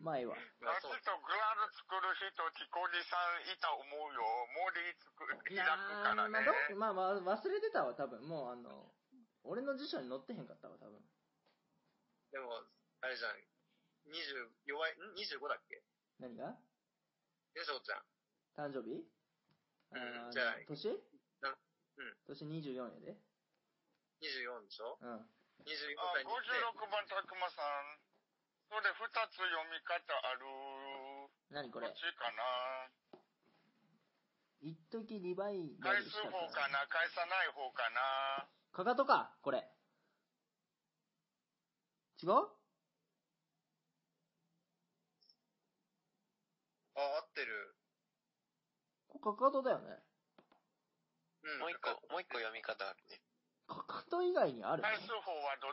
S1: 前は。
S2: ま
S4: あ
S2: あ、
S4: ち
S2: そ
S4: ょ
S2: う
S4: っ。とグラル作る人、木こりさんいた思うよ。森作る、開くからね。
S1: どまあまあ、忘れてたわ、多分。もう、あの、俺の辞書に載ってへんかったわ、多分。
S2: でも、あれじゃん。20、弱い、ん ?25 だっけ
S1: 何が
S2: ね、翔ちゃん。
S1: 誕生日
S2: うん
S1: あー
S2: じゃあ
S1: 年
S2: なうん。
S1: 年24やで。
S2: 24でしょ
S1: うん。
S2: ?24
S4: あ
S2: 歳に行って。
S4: 56番、たくまさん。それ2つ読み方ある。
S1: 何こ
S4: こ
S1: れ
S4: っちかな。
S1: 一時リバイバ
S4: 返
S1: ル
S4: す
S1: し
S4: 方
S1: た
S4: かな返さない方かな
S1: かかとか、これ。違う
S2: あ、合ってる。
S1: これかかとだよね。
S2: うん。
S3: もう一個、もう一個読み方あるね。
S1: かかと以外にある
S4: 返す方はど、う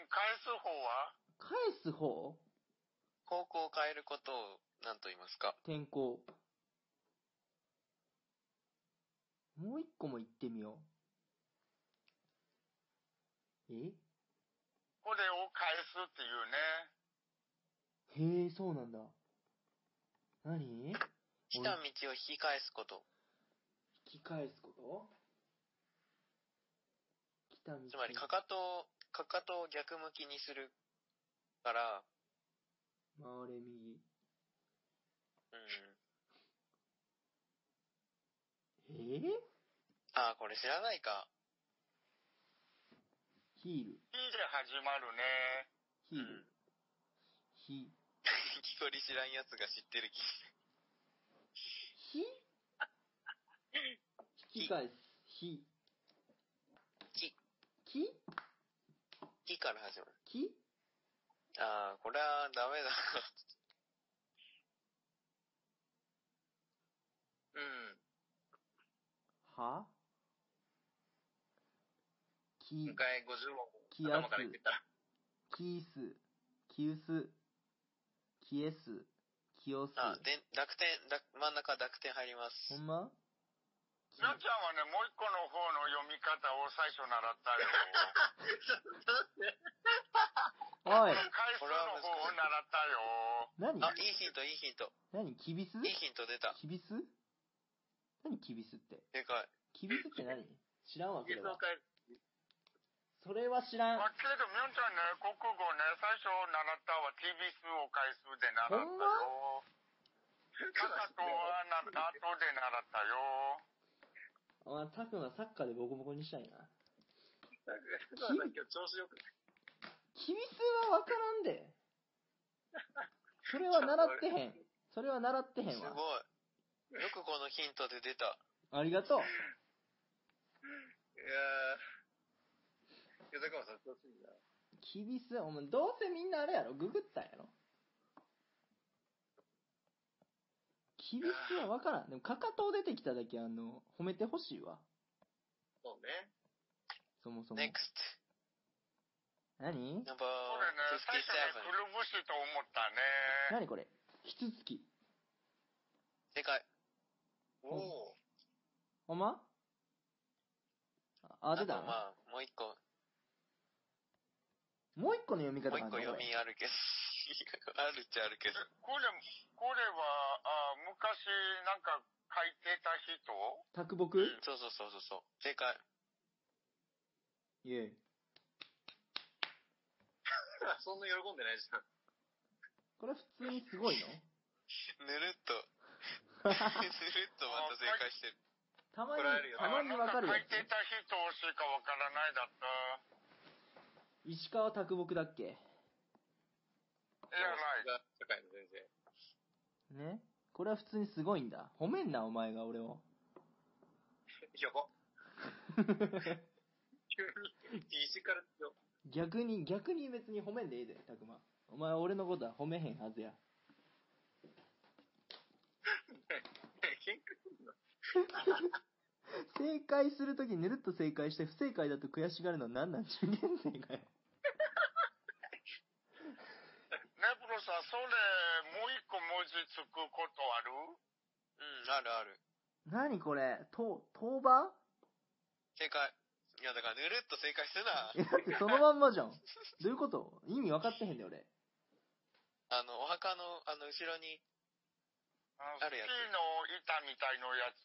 S4: ん返す方は
S1: 返す方
S3: 方向を変えることを何と言いますか
S1: 転校。もう一個も行ってみよう。え
S4: これを返すっていうね。
S1: へえ、そうなんだ。何
S3: 来た道を引き返すこと。
S1: 引き返すこと来た道
S3: つまり、かかとを、かかとを逆向きにするから、
S1: 回れ右。
S3: うん。
S1: えー、
S3: あー、これ知らないか。 <laughs>
S1: ヒール。
S4: いいで始まるね。
S1: ヒール。
S3: うん
S1: ヒ、
S3: 木こり知らんやつが知ってる気。
S1: ひ
S3: <laughs>
S1: 引き返す。ひ。
S3: き。
S1: き
S3: 木から始まる。
S1: き
S3: あー、これはダメだ。 <laughs>
S2: うん。
S1: はき
S2: 一、回50問
S1: 気圧
S2: 頭から言ってたら。
S1: きす、きうす、きえす、きおす。
S3: あー、で、濁点、濁真ん中濁点入ります
S1: ほ。んま
S4: りょうちゃんはね、もう一個の方の読み方を最初習ったよ。
S1: おい
S4: 返すの方を習ったよ。
S1: 何
S3: あ、いいヒント、いいヒント。
S1: 何きびす
S3: いいヒント出た。
S1: きびす何きびすって。
S3: でかい。
S1: きびすって何知らんわ、そ
S2: 技
S1: れ
S2: 術を
S1: は。
S2: 変える。
S1: それは知らん。
S4: まあ、けど、みょんちゃんね、国語ね、最初習ったは t b 数を返すで習った
S1: ほんま
S4: よ。かか
S2: <laughs>
S4: とはな、後で習ったよ。
S1: お前、たくまサッカーでボコボコにしたいな。
S2: そうだ今日調子よくない。
S1: きびすはわからん
S3: <laughs>
S1: で。それは習ってへん。それは習ってへん
S3: すごい。
S1: わ。
S3: よくこのヒントで出た。
S1: ありがとう。
S2: いやー。豊川さん調子いいな。
S1: きびす、お前、どうせみんなあれやろ、ググったんやろ。きびすはわからん。でも、かかと出てきただけ、あの、褒めてほしいわ。
S2: そうね。
S1: そもそも。
S3: NEXT
S1: 何
S4: そう
S3: number
S4: だね、最初ね、く
S3: 57.
S4: るぶしと思ったね。
S1: 何これひつつき。
S3: でかい。
S2: おお。
S1: ほんまあ、
S3: あ
S1: 出
S3: と
S1: た、
S3: まあ、もう一個、
S1: もう一個の読み方
S3: もう
S1: が
S3: 一
S1: あるの
S3: 個読
S1: これ
S3: みあるけど。 <laughs> あるっちゃあるけど。
S4: これ、これは、あ昔なんか書いてた人
S1: 卓木
S3: そうそうそうそうそう。正解。
S1: イェイ。
S2: そんな喜んでないじゃん。
S1: これ普通にすごいの <laughs>
S3: ぬるっと。スルッとまた正解してる。
S1: たまに
S2: 怒られる、よ
S1: たまにわかるや
S4: なん書いてた人しかわからないだった。
S1: つ。石川啄木だっけ
S4: いやない。
S2: が社会の先生。
S1: ね。これは普通にすごいんだ。褒めんな、お前が俺を。
S2: よこ。急に、石からよ。
S1: 逆に、逆に別に褒めんでいいぜ、たくま。お前俺のことは褒めへんはずや。
S2: 喧嘩すんの
S1: 正解するときぬるっと正解して不正解だと悔しがるのなんなん受験生かよ。
S4: ね、ブロさん、それ、もう一個文字つくことある
S3: うん、あるある。
S1: 何これと、当場
S3: 正解。いや、だから、ぬるっと正解すな。
S1: え、だってそのまんまじゃん。どういうこと意味分かってへんで俺。
S3: あの、お墓の、あの、後ろに、
S4: あ
S3: あ
S4: スキ
S3: るや
S4: ー
S3: つ
S4: の板みたいのやつ。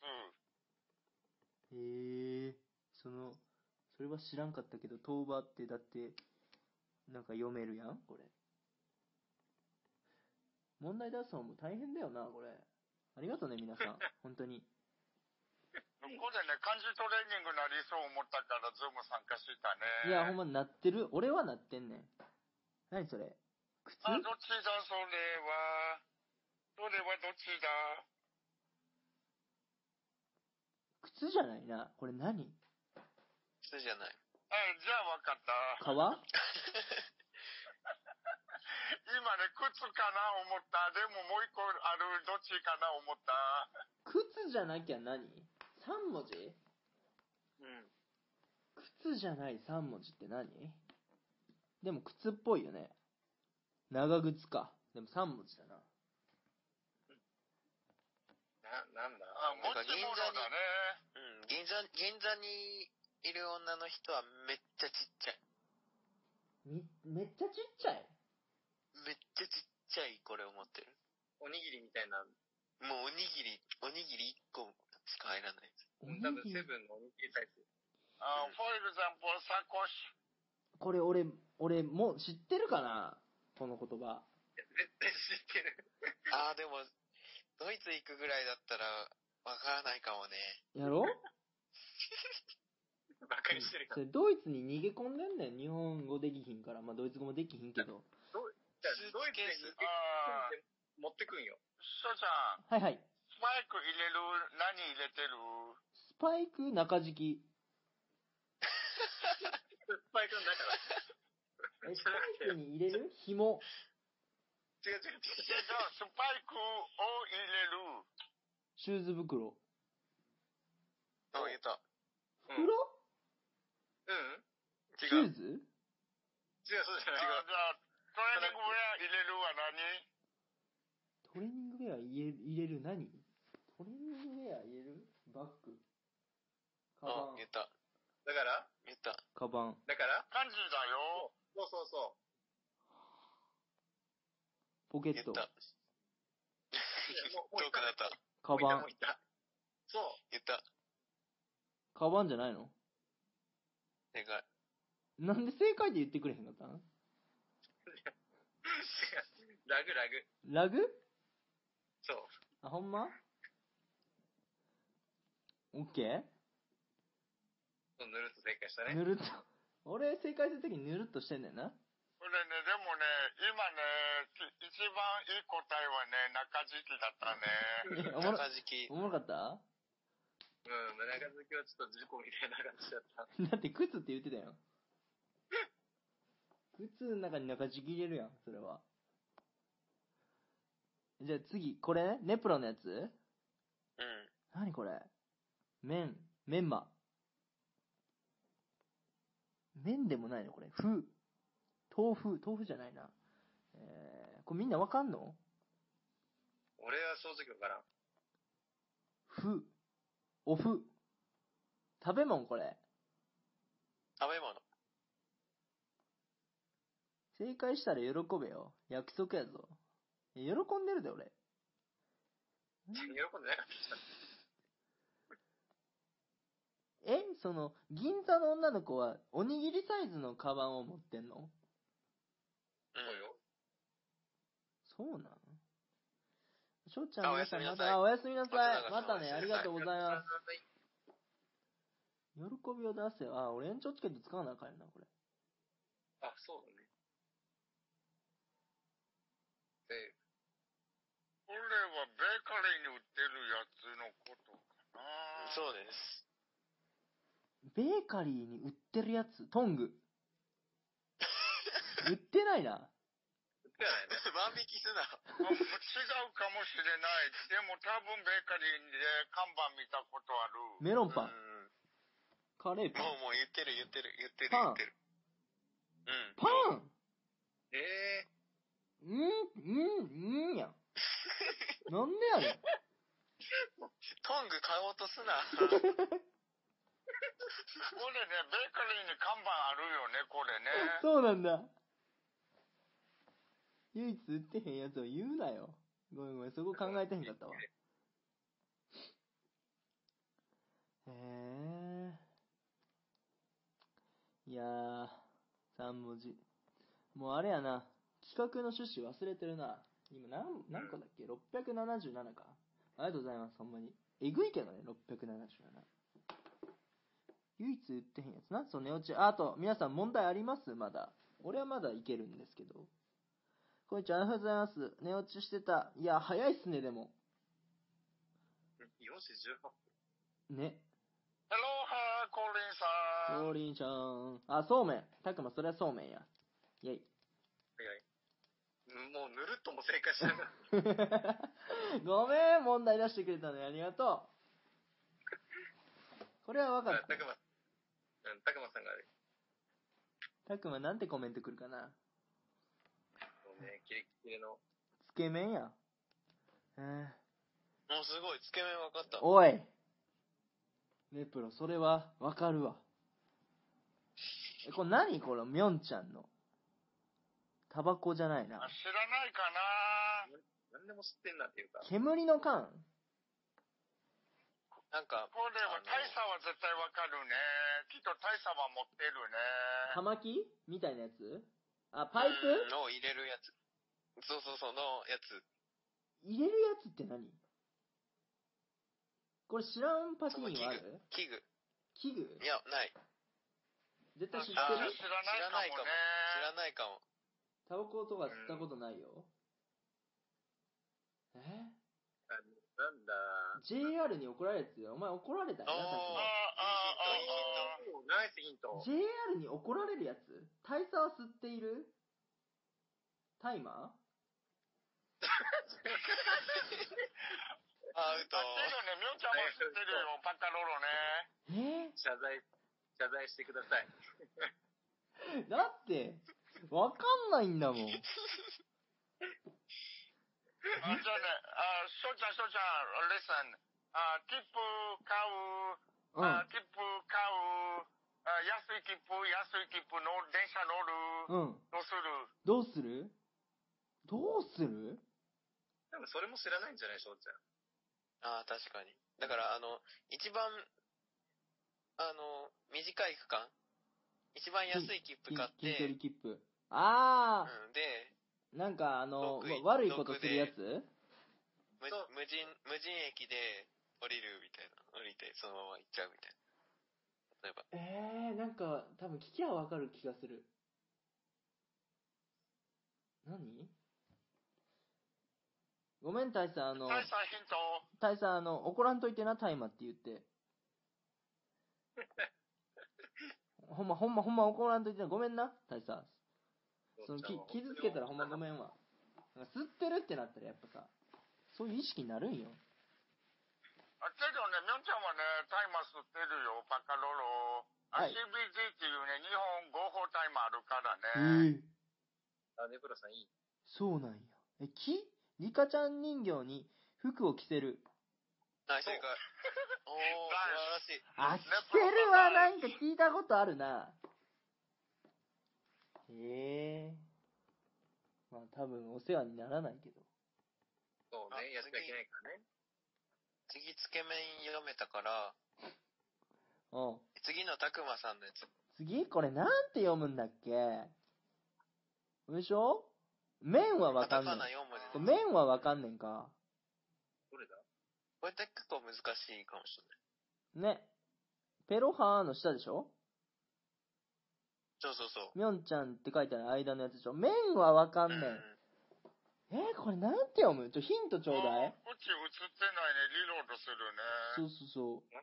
S1: へえその、それは知らんかったけど、当場ってだって、なんか読めるやんこれ。問題出すのも大変だよな、これ。ありがとうね、皆さん。本当に。
S4: 向こうでね、漢字トレーニングなりそう思ったから、ズーム参加した
S1: い
S4: ね。
S1: や、ほんまなってる。俺はなってんねん。何それ靴
S4: あ、どっちだ、それは。それはどっちだ。
S1: 靴じゃないな。これ何
S3: 普通じゃない。
S4: え、じゃあ分かった。
S1: 革
S4: 今ね、靴かな思った。でももう一個ある、どっちかな思った。
S1: 靴じゃなきゃ何 ?3 文字
S2: うん。
S1: 靴じゃない3文字って何でも靴っぽいよね。長靴か。でも3文字だな。
S2: な、なんだ
S4: あ、持ち物だね。
S3: うん、銀座、銀座にいる女の人はめっちゃちっちゃい。
S1: み、めっちゃちっちゃい。
S3: めっちゃちっちゃい、これを持ってる。
S2: おにぎりみたいな、
S3: もうおにぎり、おにぎり1個しか入ら <laughs> ない。
S1: お
S2: 多
S1: に
S2: 分
S1: ぎ
S2: セ
S1: り。
S2: ブンのおにぎりサイズ。
S4: あ、for example, サコッシュ。
S1: これ俺、俺もう知ってるかなこの言葉。
S2: 絶対知ってる。
S3: あー、でも、ドイツ行くぐらいだったら、わからないかもね。
S1: やろ
S2: バカにしてる
S1: そ
S2: よ。
S1: れドイツに逃げ込んでんねん。日本語できひんから。まあドイツ語もできひんけど。
S2: じゃあ
S3: スーツ、
S2: ドイツ
S3: ケー
S2: で
S3: ス
S4: あ、
S2: 持ってくんよ。
S4: しょちゃん、
S1: はいはい。
S4: スパイク入れる、何入れてる
S1: スパイク中敷き。
S2: スパイクの中だ。
S1: え、スパイクに入れる紐。
S2: 違う違う違う。
S4: いやじゃあ、スパイクを入れる。
S1: シューズ袋。
S3: あ、言った。
S1: 袋
S2: うん。うん
S1: シ
S2: 違う。
S1: ュ
S2: 違う、
S1: ーズ
S2: そうじゃ
S4: あ
S2: ない。
S4: じゃあ、トレーニングウェア入れるは何
S1: トレーニングウェア入れ入れる何トレーニングウェア入れるバッグ。カ
S3: あ
S1: バ、ン
S3: 言。った。
S2: だから、
S3: 言った。
S1: カバン。
S2: だから、
S4: 漢字だよ。
S2: そうそうそう。
S1: ポケ
S3: 言
S1: ッ
S3: っ
S1: ト。
S3: た。
S2: もう
S3: 遠くなった。
S1: カバン
S2: もう。いた。もういたそう。 <laughs>
S3: 言った。
S1: カバンじゃないの
S3: 正解。
S1: なんで正解で言ってくれへんかったん
S2: 違うラグラグ。
S1: ラグ
S2: そう。
S1: あ、ほんまオッケ
S2: そうぬるっと正解した
S1: ー
S2: ね。
S1: ぬるっと。俺、正解するときにぬるっとしてんだよな。
S4: これね、でもね、今ね、き一番いい答えはね、中敷きだったね。
S1: えおもろ
S3: 中、敷き。
S1: おもろかった
S2: うん、村上きはちょっと事故みたいな感じだった。
S1: <laughs> だって靴って言ってたよ。靴の中に中敷き入れるやん、それは。じゃあ次、これね、ネプロのやつ
S3: うん。
S1: 何これ麺、メンマ。麺でもないのこれ。風。豆腐、豆腐じゃないな。えー、これみんなわかんの
S2: 俺は正直わからん。
S1: ふ。おふ。食べ物これ。
S3: 食べ物。
S1: 正解したら喜べよ。約束やぞ。いや喜んでるで俺。
S2: 喜んでなかった。
S1: えその、銀座の女の子は、おにぎりサイズのカバンを持ってんの
S3: うん
S2: そう
S1: そ
S2: よ。
S1: うなん翔ちゃん、皆さん、また、あおやすみなさい。またね、ありがとうございます。
S2: す。
S1: 喜びを出せ。あ、俺延長チケット使わなあかんよな、これ。
S2: あ、そうだね。で、
S4: これはベーカリーに売ってるやつのことかな。
S3: そうです。 <laughs>
S1: ベーカリーに売ってるやつ、ト <laughs> ング。売ってないな。
S2: 売ってないね。
S3: 万引きす
S4: ま
S3: な。
S4: あ違うかもしれない。でも多分ベーカリーで看板見たことある。
S1: メロンパン
S3: う、ん
S1: カレーパン
S3: も、うもう言ってる言ってる言ってる
S1: パ
S3: 言
S1: ン
S3: ってる。うん。
S1: パン
S2: ええ
S1: うん、うん、うんやん。 <laughs> なんでやねん。
S3: トング買おうとすな。
S4: これね、ベーカリーに看板あるよね、これね。
S1: そうなんだ。唯一売ってへんやつを言うなよ。ごめんごめん、そこ考えてへんかったわ。へえ。いやー、3文字。もうあれやな、企画の趣旨忘れてるな。今何、何個だっけ ?677 か。ありがとうございます、ほんまに。えぐいけどね、677。唯一言ってへんやつな、その寝落ち。ああと、皆さん問題ありますまだ。俺はまだいけるんですけど。こんにちは、ありがとうございます。寝落ちしてた。いや、早いっすね、でも。
S2: ー、4時18分。
S1: ね。
S4: ハローハー、コリンさ
S1: ロー
S4: ん。
S1: リンちゃん。あ、そうめん。たくま、それはそうめんや。イェイ。
S2: 早い。もうぬるっとも正解しなかった。
S1: ごめん、問題出してくれたのにありがとう。これは分かった
S2: くま、うん、たくまさんがある。
S1: た。たくま、なんてコメントくるかな。
S2: もうね、キレッキレの。
S1: つけ麺や。えー
S3: もうすごい、つけ麺分かった。
S1: おい。ねプロ、それは分かるわ。え、これ何これ、みょんちゃんの。タバコじゃないな
S4: あ。知らないかな
S2: 何でも知ってんなっていうか。
S1: 煙の缶
S3: なんか、
S4: これは、大佐は絶対わかるね。きっと大佐は持ってる
S1: 葉
S4: ね。
S1: 巻みたいなやつあ、パイ
S3: うん
S1: プ
S3: のを入れるやつ。そうそうそう、のやつ。
S1: 入れるやつって何これ知らんパティーンはある
S3: 器具。
S1: 器具
S3: いや、ない。
S1: 絶対知って
S4: あ
S1: る
S4: 知らないかもね。
S3: 知らないかも。
S1: タバコとか吸ったことないよ。え
S2: あなんだ。
S1: ?JR に怒られるやつお前怒られたよな、確
S4: あ
S1: か
S4: あ、ああ、ああ。
S2: ヒントナイスヒント。
S1: JR に怒られるやつ大佐は吸っているタイマ
S4: 知ってるよね、
S3: アウト。
S4: みょんちゃんも知ってるよ、パタロロ
S1: ー
S4: ね。
S1: え
S2: 謝罪、謝罪してください。
S1: ーだって、わかんないんだもん。
S4: あじゃあね、あしょうちゃん、しょうちゃん、レッスン。あ切符買
S1: うん。
S4: う、あ切符買う、あ安い切符、安い切符の電車乗る、
S1: うん。
S4: どうする
S1: どうするどうする
S2: 多分それも知らないんじゃない翔ちゃん。
S3: ああ、確かに。だから、あの、一番、あの、短い区間一番安い切符買っ
S1: き筋トレ
S3: て、
S1: 切符。あ
S3: うん、で、
S1: ー、なんかあの、
S3: 毒い
S1: わ悪いことするやつ
S3: 無
S2: そう
S3: 無人、無人駅で降りるみたいな。降りて、そのまま行っちゃうみたいな。例え
S1: えー、
S3: ば。
S1: なんか、多分聞きゃわかる気がする。何ごめん、大佐、あの、
S4: 大佐ヒント。
S1: 大佐、あの、怒らんといてな、大麻って言って。ほんま、ほんま、ほんま怒らんといてな。ごめんな、大佐。その、き傷つけたらほんまご
S2: ん。
S1: めんわ。なんか吸ってるってなったらやっぱさ、そういう意識になるんよ。
S4: あけどね、みょんちゃんはね、タイマー吸ってるよ、パタロロ。
S1: は
S4: あ
S1: い
S4: CBD っていうね、日本合法タイマーあるから
S1: え
S4: ね。
S2: あ、ネプロさんいい。
S1: そうなんや。え、木リカちゃん人形に服を着せる。
S3: はい、正解。おー、素晴ら
S1: あ、
S3: しい。
S1: 着せるはなんか聞いたことあるな。へえ。まあ多分お世話にならないけど。
S2: そうね、
S3: あ
S2: やっちゃいけないからね。
S3: 次、つけ麺読めたから、
S1: うん。
S3: 次のたくまさんのやつ。
S1: 次これなんて読むんだっけでしょ麺はわ
S3: カ
S1: かん
S3: タ
S1: ね
S3: カ
S1: ん
S3: ナ。4文字
S1: 麺はわかんねんか。
S3: これって結構難しいかもしれない。
S1: ね。ペロハーの下でしょ
S3: そうそうそう。
S1: みょんちゃんって書いてある間のやつでしょ麺はわかんない。
S3: うん
S1: えーこれなんて読むちょ、ヒントちょうだ
S4: あ
S1: い。
S4: うち映ってないね。リロードする
S1: そ
S4: ね。
S1: うそうそう。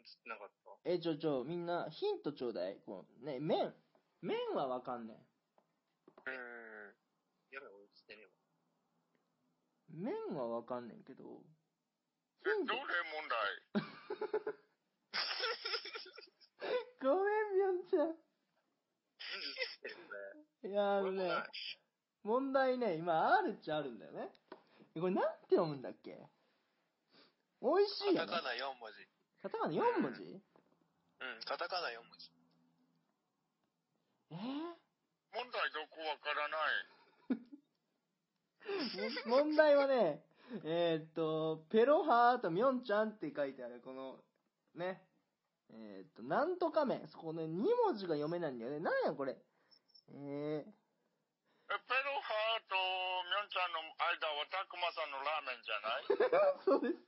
S2: 映ってなかった。
S1: え、ちょちょ、みんなヒントちょうだい。こうね、麺。麺はわかんない。
S3: うん。
S2: やばい、俺映ってねえわ。
S1: 麺はわかんないけど。
S4: え、
S1: ヒント
S4: どれ問題
S1: ごめん、みょん
S2: 映ってるこ
S1: ちゃん。
S2: れ。
S1: いやーあの
S2: これ
S1: ね
S2: も、ない
S1: 問題ね、今、あるっちゃあるんだよね。これなんて読むんだっけ美味しいよ、
S3: カタ
S1: ね。
S3: カナ4文字。
S1: カタカナ4文字
S3: うん、カタカナ4文字。
S1: え
S4: 問題どこわからない。
S1: ー、も <laughs> 問題はね、えーっと、ペロハーとミョンちゃんって書いてある、この、ね。えーっと、なんとか麺。そこね、2文字が読めないんだよね。なんや、これ。え
S4: え、ペロハーとミョンちゃんの間はたくまさんのラーメンじゃな
S1: ー、 <laughs> そう
S4: い
S1: で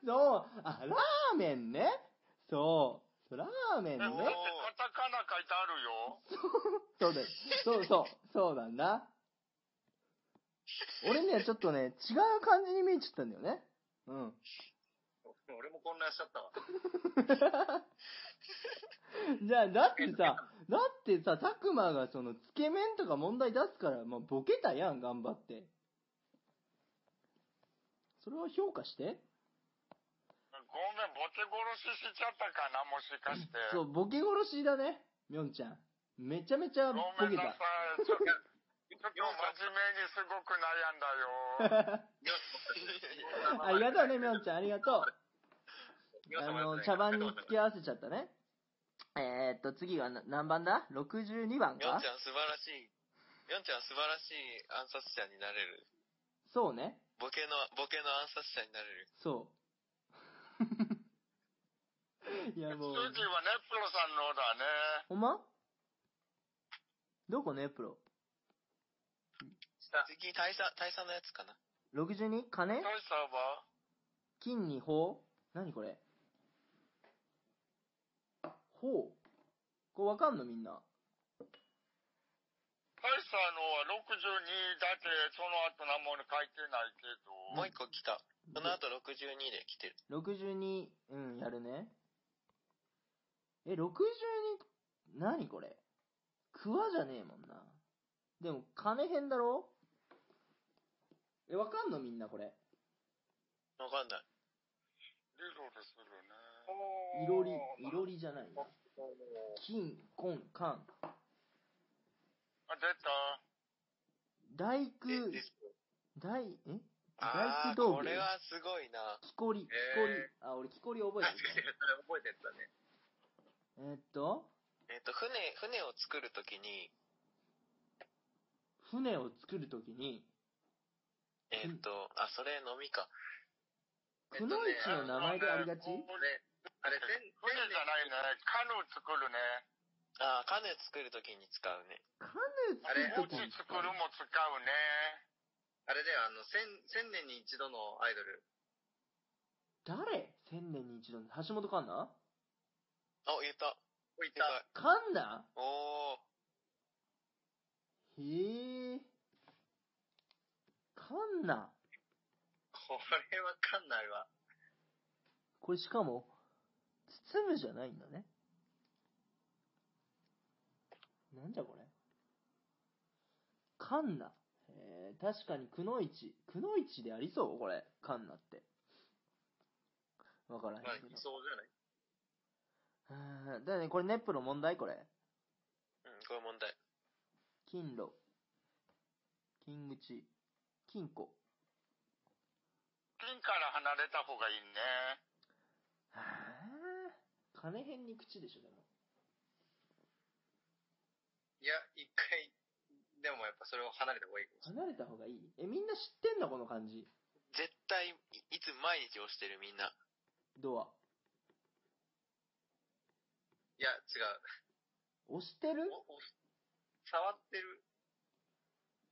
S1: す。 <laughs> そう、あ、ラーメンね。そう。ラーメン
S4: え、だ
S1: ね
S4: っ。
S3: おー
S4: てカタカナ書いてあるよ。
S1: そうだよ。そうそう。そうなんだ。俺ね、ちょっとね、違う感じに見えちゃったんだよね。うん。
S2: 俺も混乱しちゃったわ。
S1: じゃあ、だってさ、だってさ、たくまがその、つけ麺とか問題出すから、まあ、ボケたやん、頑張って。それは評価して。
S4: ごめん、ボケ殺ししちゃったかな、もしかして。
S1: そう、ボケ殺しだね、みょんちゃん。めちゃめちゃボ
S4: ご
S1: ケ
S4: めんな
S1: た
S4: さ。い。ちょっと、ちょっと真
S2: ようか
S4: 面目にすごく悩んだよ。
S1: ありがとうね、みょんちゃん、ありがとう。
S2: よう
S1: あ
S2: か
S1: の、茶番に付け合わせちゃったね。えー、っと、次はな何番だ ?62 番
S3: ヨン
S1: か
S3: ちゃん素晴らしい。ヨンちゃん素晴らしい暗殺者になれる。
S1: そうね。
S3: ボケの、ボケの暗殺者になれる。
S1: <laughs> そう。いや、もう、
S4: 次はネプロさんのだね。
S1: ほんまどこね、プロ。
S2: 下。
S3: 次、大佐、大佐のやつかな。
S1: 62? 金
S4: トイさんは
S1: 金に法何これ法これわかんのみんな。
S4: トイさんのは62だって、その後何も書いてないけ
S3: も
S4: ど。
S3: う一個来た。その後62で来てる。
S1: 62、うん、やるね。え、62、何これクワじゃねえもんな。でも、金編だろえ、わかんのみんなこれ。
S3: わかんない。
S4: リロードするね。
S1: いろり、いろりじゃないな。金、金、缶。
S4: あ、出た。
S1: 大工、
S3: でで
S1: 大、え
S3: あ
S1: 大工
S3: ー、こ
S1: 道具
S3: れはすごいな。
S1: 木こり、木こり。あ、俺木こり覚え
S2: 確か
S1: て
S2: に、それ
S1: る。
S2: 覚えてたね。
S1: えーっと、
S3: えっ、と、船、船を作るときに、
S1: 船を作るときに、
S3: えっ、と、あ、それのみか。
S1: くのいちの名前でありがち
S2: 俺、あれ、せん
S4: 船じゃないね。カヌー作るね。
S3: あー、カヌー作るときに使うね。
S1: カヌー
S4: お
S1: 作るとき
S4: 家
S1: に
S4: 作るも使うね。
S2: あれだよ、あの、千、千年に一度のアイドル。
S1: 誰千年に一度の橋本環奈
S3: あ、言った。
S2: おい。
S3: 言ったた。
S1: 環奈
S3: お
S1: へ
S3: ー。
S1: え。環奈
S2: これわかんない <laughs> わ。
S1: これしかも、包むじゃないんだね。なんじゃこれ環奈。えー、確かにくのいち。くのいちでありそうこれ。環奈って。わからへん
S2: まあ、い
S1: けど。
S2: そうじゃない。
S1: うーんだよね、これネップの問題これ。
S3: うん、これ問題。
S1: 金炉。金口。金庫。
S4: 金から離れた方がいいね。
S1: はぁ金編に口でしょ、でも。
S2: いや、一回、でもやっぱそれを離れた方がいいかもしれない。
S1: 離れた方がいいえ、みんな知ってんのこの感じ。
S3: 絶対、いいつ毎日押してるみんな。
S1: ドア。
S2: いや、違う。
S1: 押してる
S2: おお触ってる。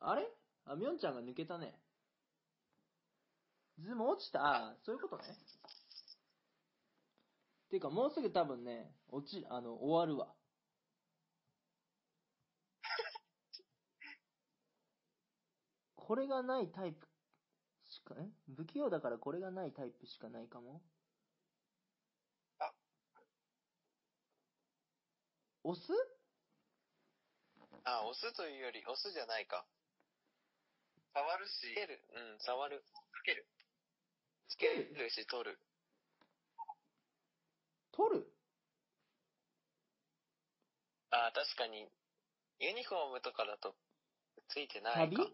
S1: あれあ、みょんちゃんが抜けたね。ズーム落ちた。ああ、そういうことね。ていうか、もうすぐ多分ね、落ち、あの、終わるわ。これがないタイプしか、え不器用だからこれがないタイプしかないかも。
S2: あ
S1: 押す
S3: あ、押すというより、押すじゃないか。
S2: 触るし
S3: つ、ける。うん、触る。
S2: つける。
S3: つけるし、取る。
S1: 取る
S3: あ、確かに、ユニフォームとかだと、ついてない
S1: 旅
S3: か。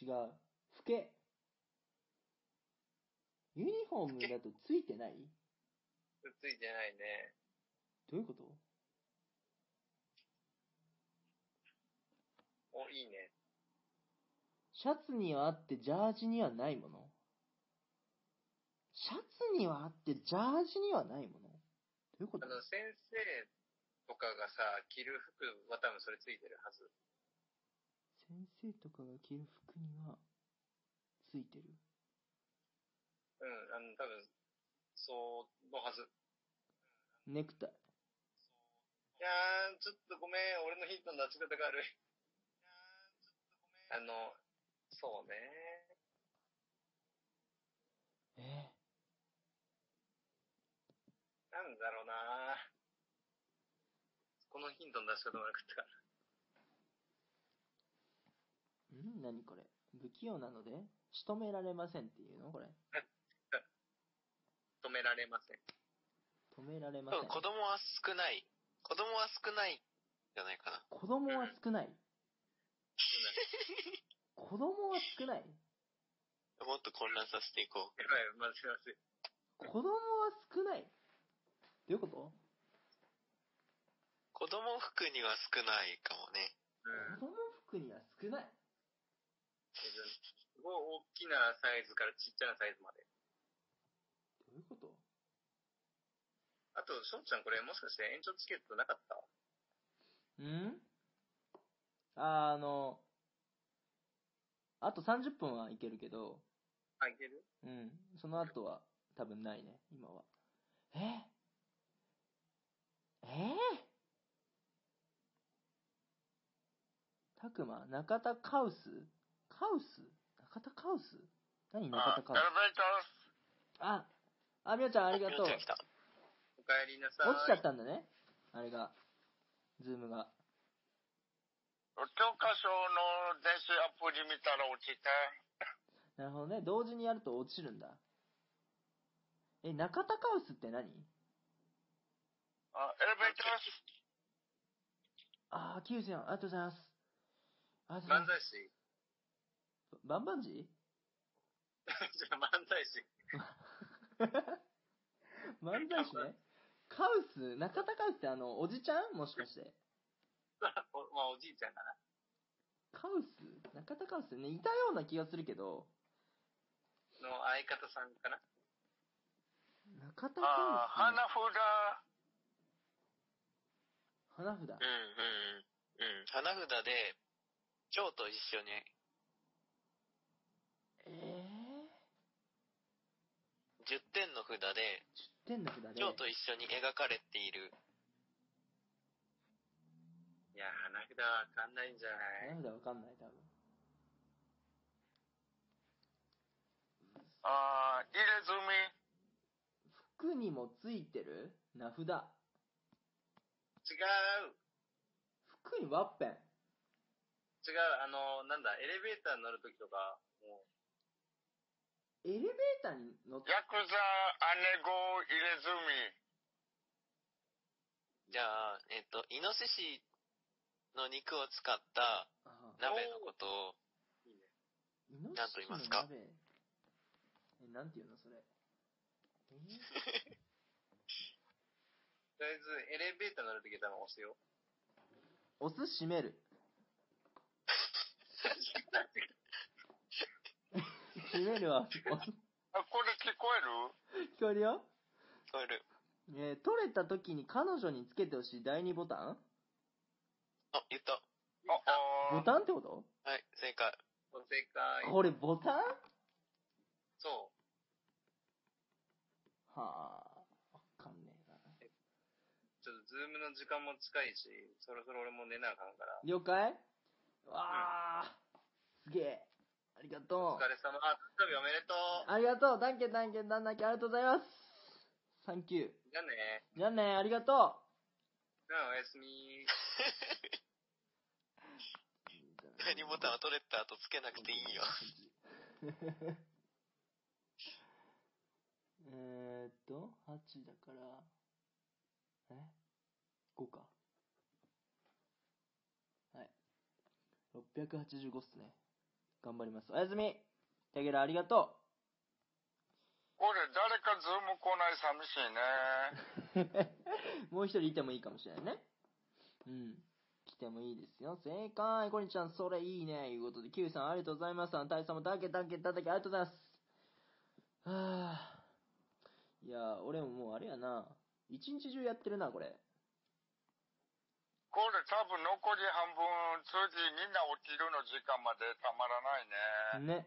S1: 違う。ふけ。ユニフォームだとついてない
S2: ついてないね。
S1: どういうこと
S2: お、いいね。
S1: シャツにはあってジャージにはないものシャツにはあってジャージにはないものどういうこ
S2: あ
S1: と
S2: の、先生とかがさ、着る服は多分それついてるはず。
S1: 先生とかが着る服にはついてる。
S2: うん、あの、多分、そう、のはず。
S1: ネクタイ。
S2: いやー、ちょっとごめん、俺のヒントの出し方が悪い。あの、そうね。
S1: え
S2: なんだろうなこのヒントの出し方悪かったから。
S1: ー、ん何これ不器用なので仕留められませんっていうのこれ。
S2: 止められません。
S1: 止められま
S3: 多
S1: せん
S3: 分。子供は少ない。子供は少ないじゃないかな。
S1: 子供は少ない。子供は少ない。
S3: もっと混乱させていこう。
S2: やばい、まずいまずい。
S1: 子供は少ない。どういうこと
S3: 子供服には少ないかもね。
S2: うん。
S1: 子供服には少ない。
S2: すごい大きなサイズからちっちゃなサイズまで。
S1: どういうこと
S2: あと、しょんちゃんこれもしかして延長チケットなかった
S1: んあの、あと30分はいけるけど、
S2: あ、いける
S1: うん、その後は多分ないね、今は。ええたくま、中田カウスカウス中田カウス何中
S4: あ
S1: 田
S4: エレ
S1: カ
S4: ベー
S1: ウス
S4: ター
S1: あ、あ、みおちゃんありがとう。
S3: み
S1: 落
S3: のちゃん来た。
S2: おかえりなさい。
S1: ちちゃったんだね。あれが、ズームが。
S4: 教科書の電子アプリ見たら落ちた。
S1: なるほどね。同時にやると落ちるんだ。え、中田カウスって何
S4: あエレベーター
S1: あー、キウさん、ありがとうございます。ありがとう
S2: 漫
S1: ございます。バンバ
S2: 才師。 <laughs>
S1: ンジー
S2: じゃあ漫才師。
S1: <laughs> 漫才師ね。カウス、中田カウスってあの、おじちゃんもしかして。
S2: おまあ、おじいちゃんかな。
S1: カウス中田カウスね、いたような気がするけど、
S2: の相方さんかな。
S1: 中田
S4: あ
S1: カウス、
S4: 花札。
S1: 花札
S3: うん。うんうん。うん。花札で、蝶と一緒に
S1: え
S3: 10点の札で、
S1: ー、10点の札で。
S3: 蝶と一緒に描かれている。
S2: いやー、花札わかんないんじゃない
S1: 花札わかんない、多分。
S4: あ入れ墨。
S1: 服にもついてる名札。
S2: 違う
S1: 服にワッペン。
S2: 違う、あの、なんだ、エレベーターに乗るときとか、もう、
S1: エレベーターに乗って、
S4: ヤクザ姉子入れ墨。
S3: じゃあ、えっと、イノシシの肉を使った
S1: あー
S3: 鍋のことを、
S2: いい
S1: イノ
S2: ね。
S1: シシの
S3: なんと言いますか
S1: 鍋え、なんていうのそれ。えー
S2: とりあえず、エレベーターに乗るときは多分押すよ。
S1: お酢閉める。閉める
S3: <laughs>
S1: は、お酢
S4: あ、これ聞こえる
S1: 聞こえるよ。
S3: これ、
S1: えー取れた時に彼女につけてほしい第二ボタン
S3: あ、言った。
S4: ああ
S1: ボタンってこと
S3: はい、正解。
S2: お正解。
S1: これボタン
S2: そう。
S1: はあ、わかんねえな。
S2: ちょっとズームの時間も近いし、そろそろ俺も寝なあかんから。
S1: 了解わあ、すげえ。ありが
S2: お
S1: と
S2: 疲れ様。あ、誕生日おめでと
S1: う。ありがとう。ダンケンダンケンダンダンケンありがとうございます。サンキュー。
S2: う。じゃあね。
S1: じゃあね、ありがと
S2: うん、おやすみ。
S1: う。
S3: 何ボタンは取れた後つけなくていいよ。
S1: えーっと、8だから、え ?5 か。はい。685っすね。頑張ります。おやすみテゲラありがと
S4: これ、誰かズーム来ない寂しいね。
S1: うもう一人 <laughs> いてもいいかもしれないね。うん。来てもいいですよ。正解コニちゃん、それいいねいうことで、Q さんありがとうございます。あの大佐もだけだけだけありがとうございます。はあ。いや、俺ももうあれやな。一日中やってるな、これ。
S4: これ、多分残り半分、通じみんな起きるの時間までたまらないね。
S1: ね。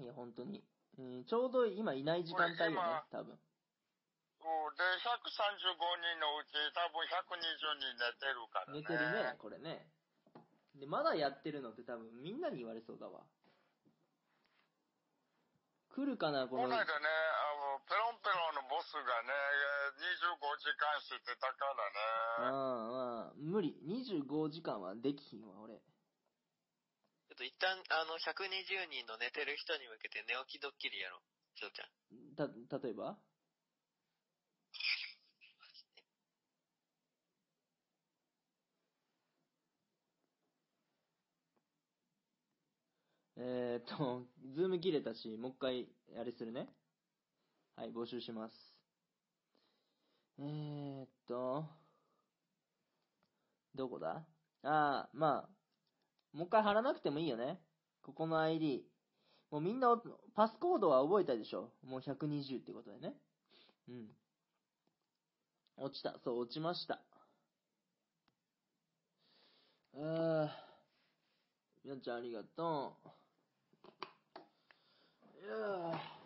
S1: いや、本当に。うん、ちょうど今いない時間帯よね
S4: これ今、
S1: 多分。
S4: うんで、135人のうち、多分120人寝てるからね。
S1: 寝てるね、これね。で、まだやってるのって多分みんなに言われそうだわ。来るかな、こ
S4: この
S1: の
S4: 間ね、あの、ペロンペロンのボスがね、25時間してたからね。
S1: ああ、無理。25時間はできひんわ、俺。
S3: ちょっと一旦、あの、120人の寝てる人に向けて寝起きドッキリやろう。ちょうちゃん。
S1: た、例えばえーっと、ズーム切れたし、もう一回、あれするね。はい、募集します。えーっと、どこだああ、まあ、もう一回貼らなくてもいいよね。ここの ID。もうみんなお、パスコードは覚えたでしょもう120ってことでね。うん。落ちた。そう、落ちました。あー。みなちゃんありがとう。いやー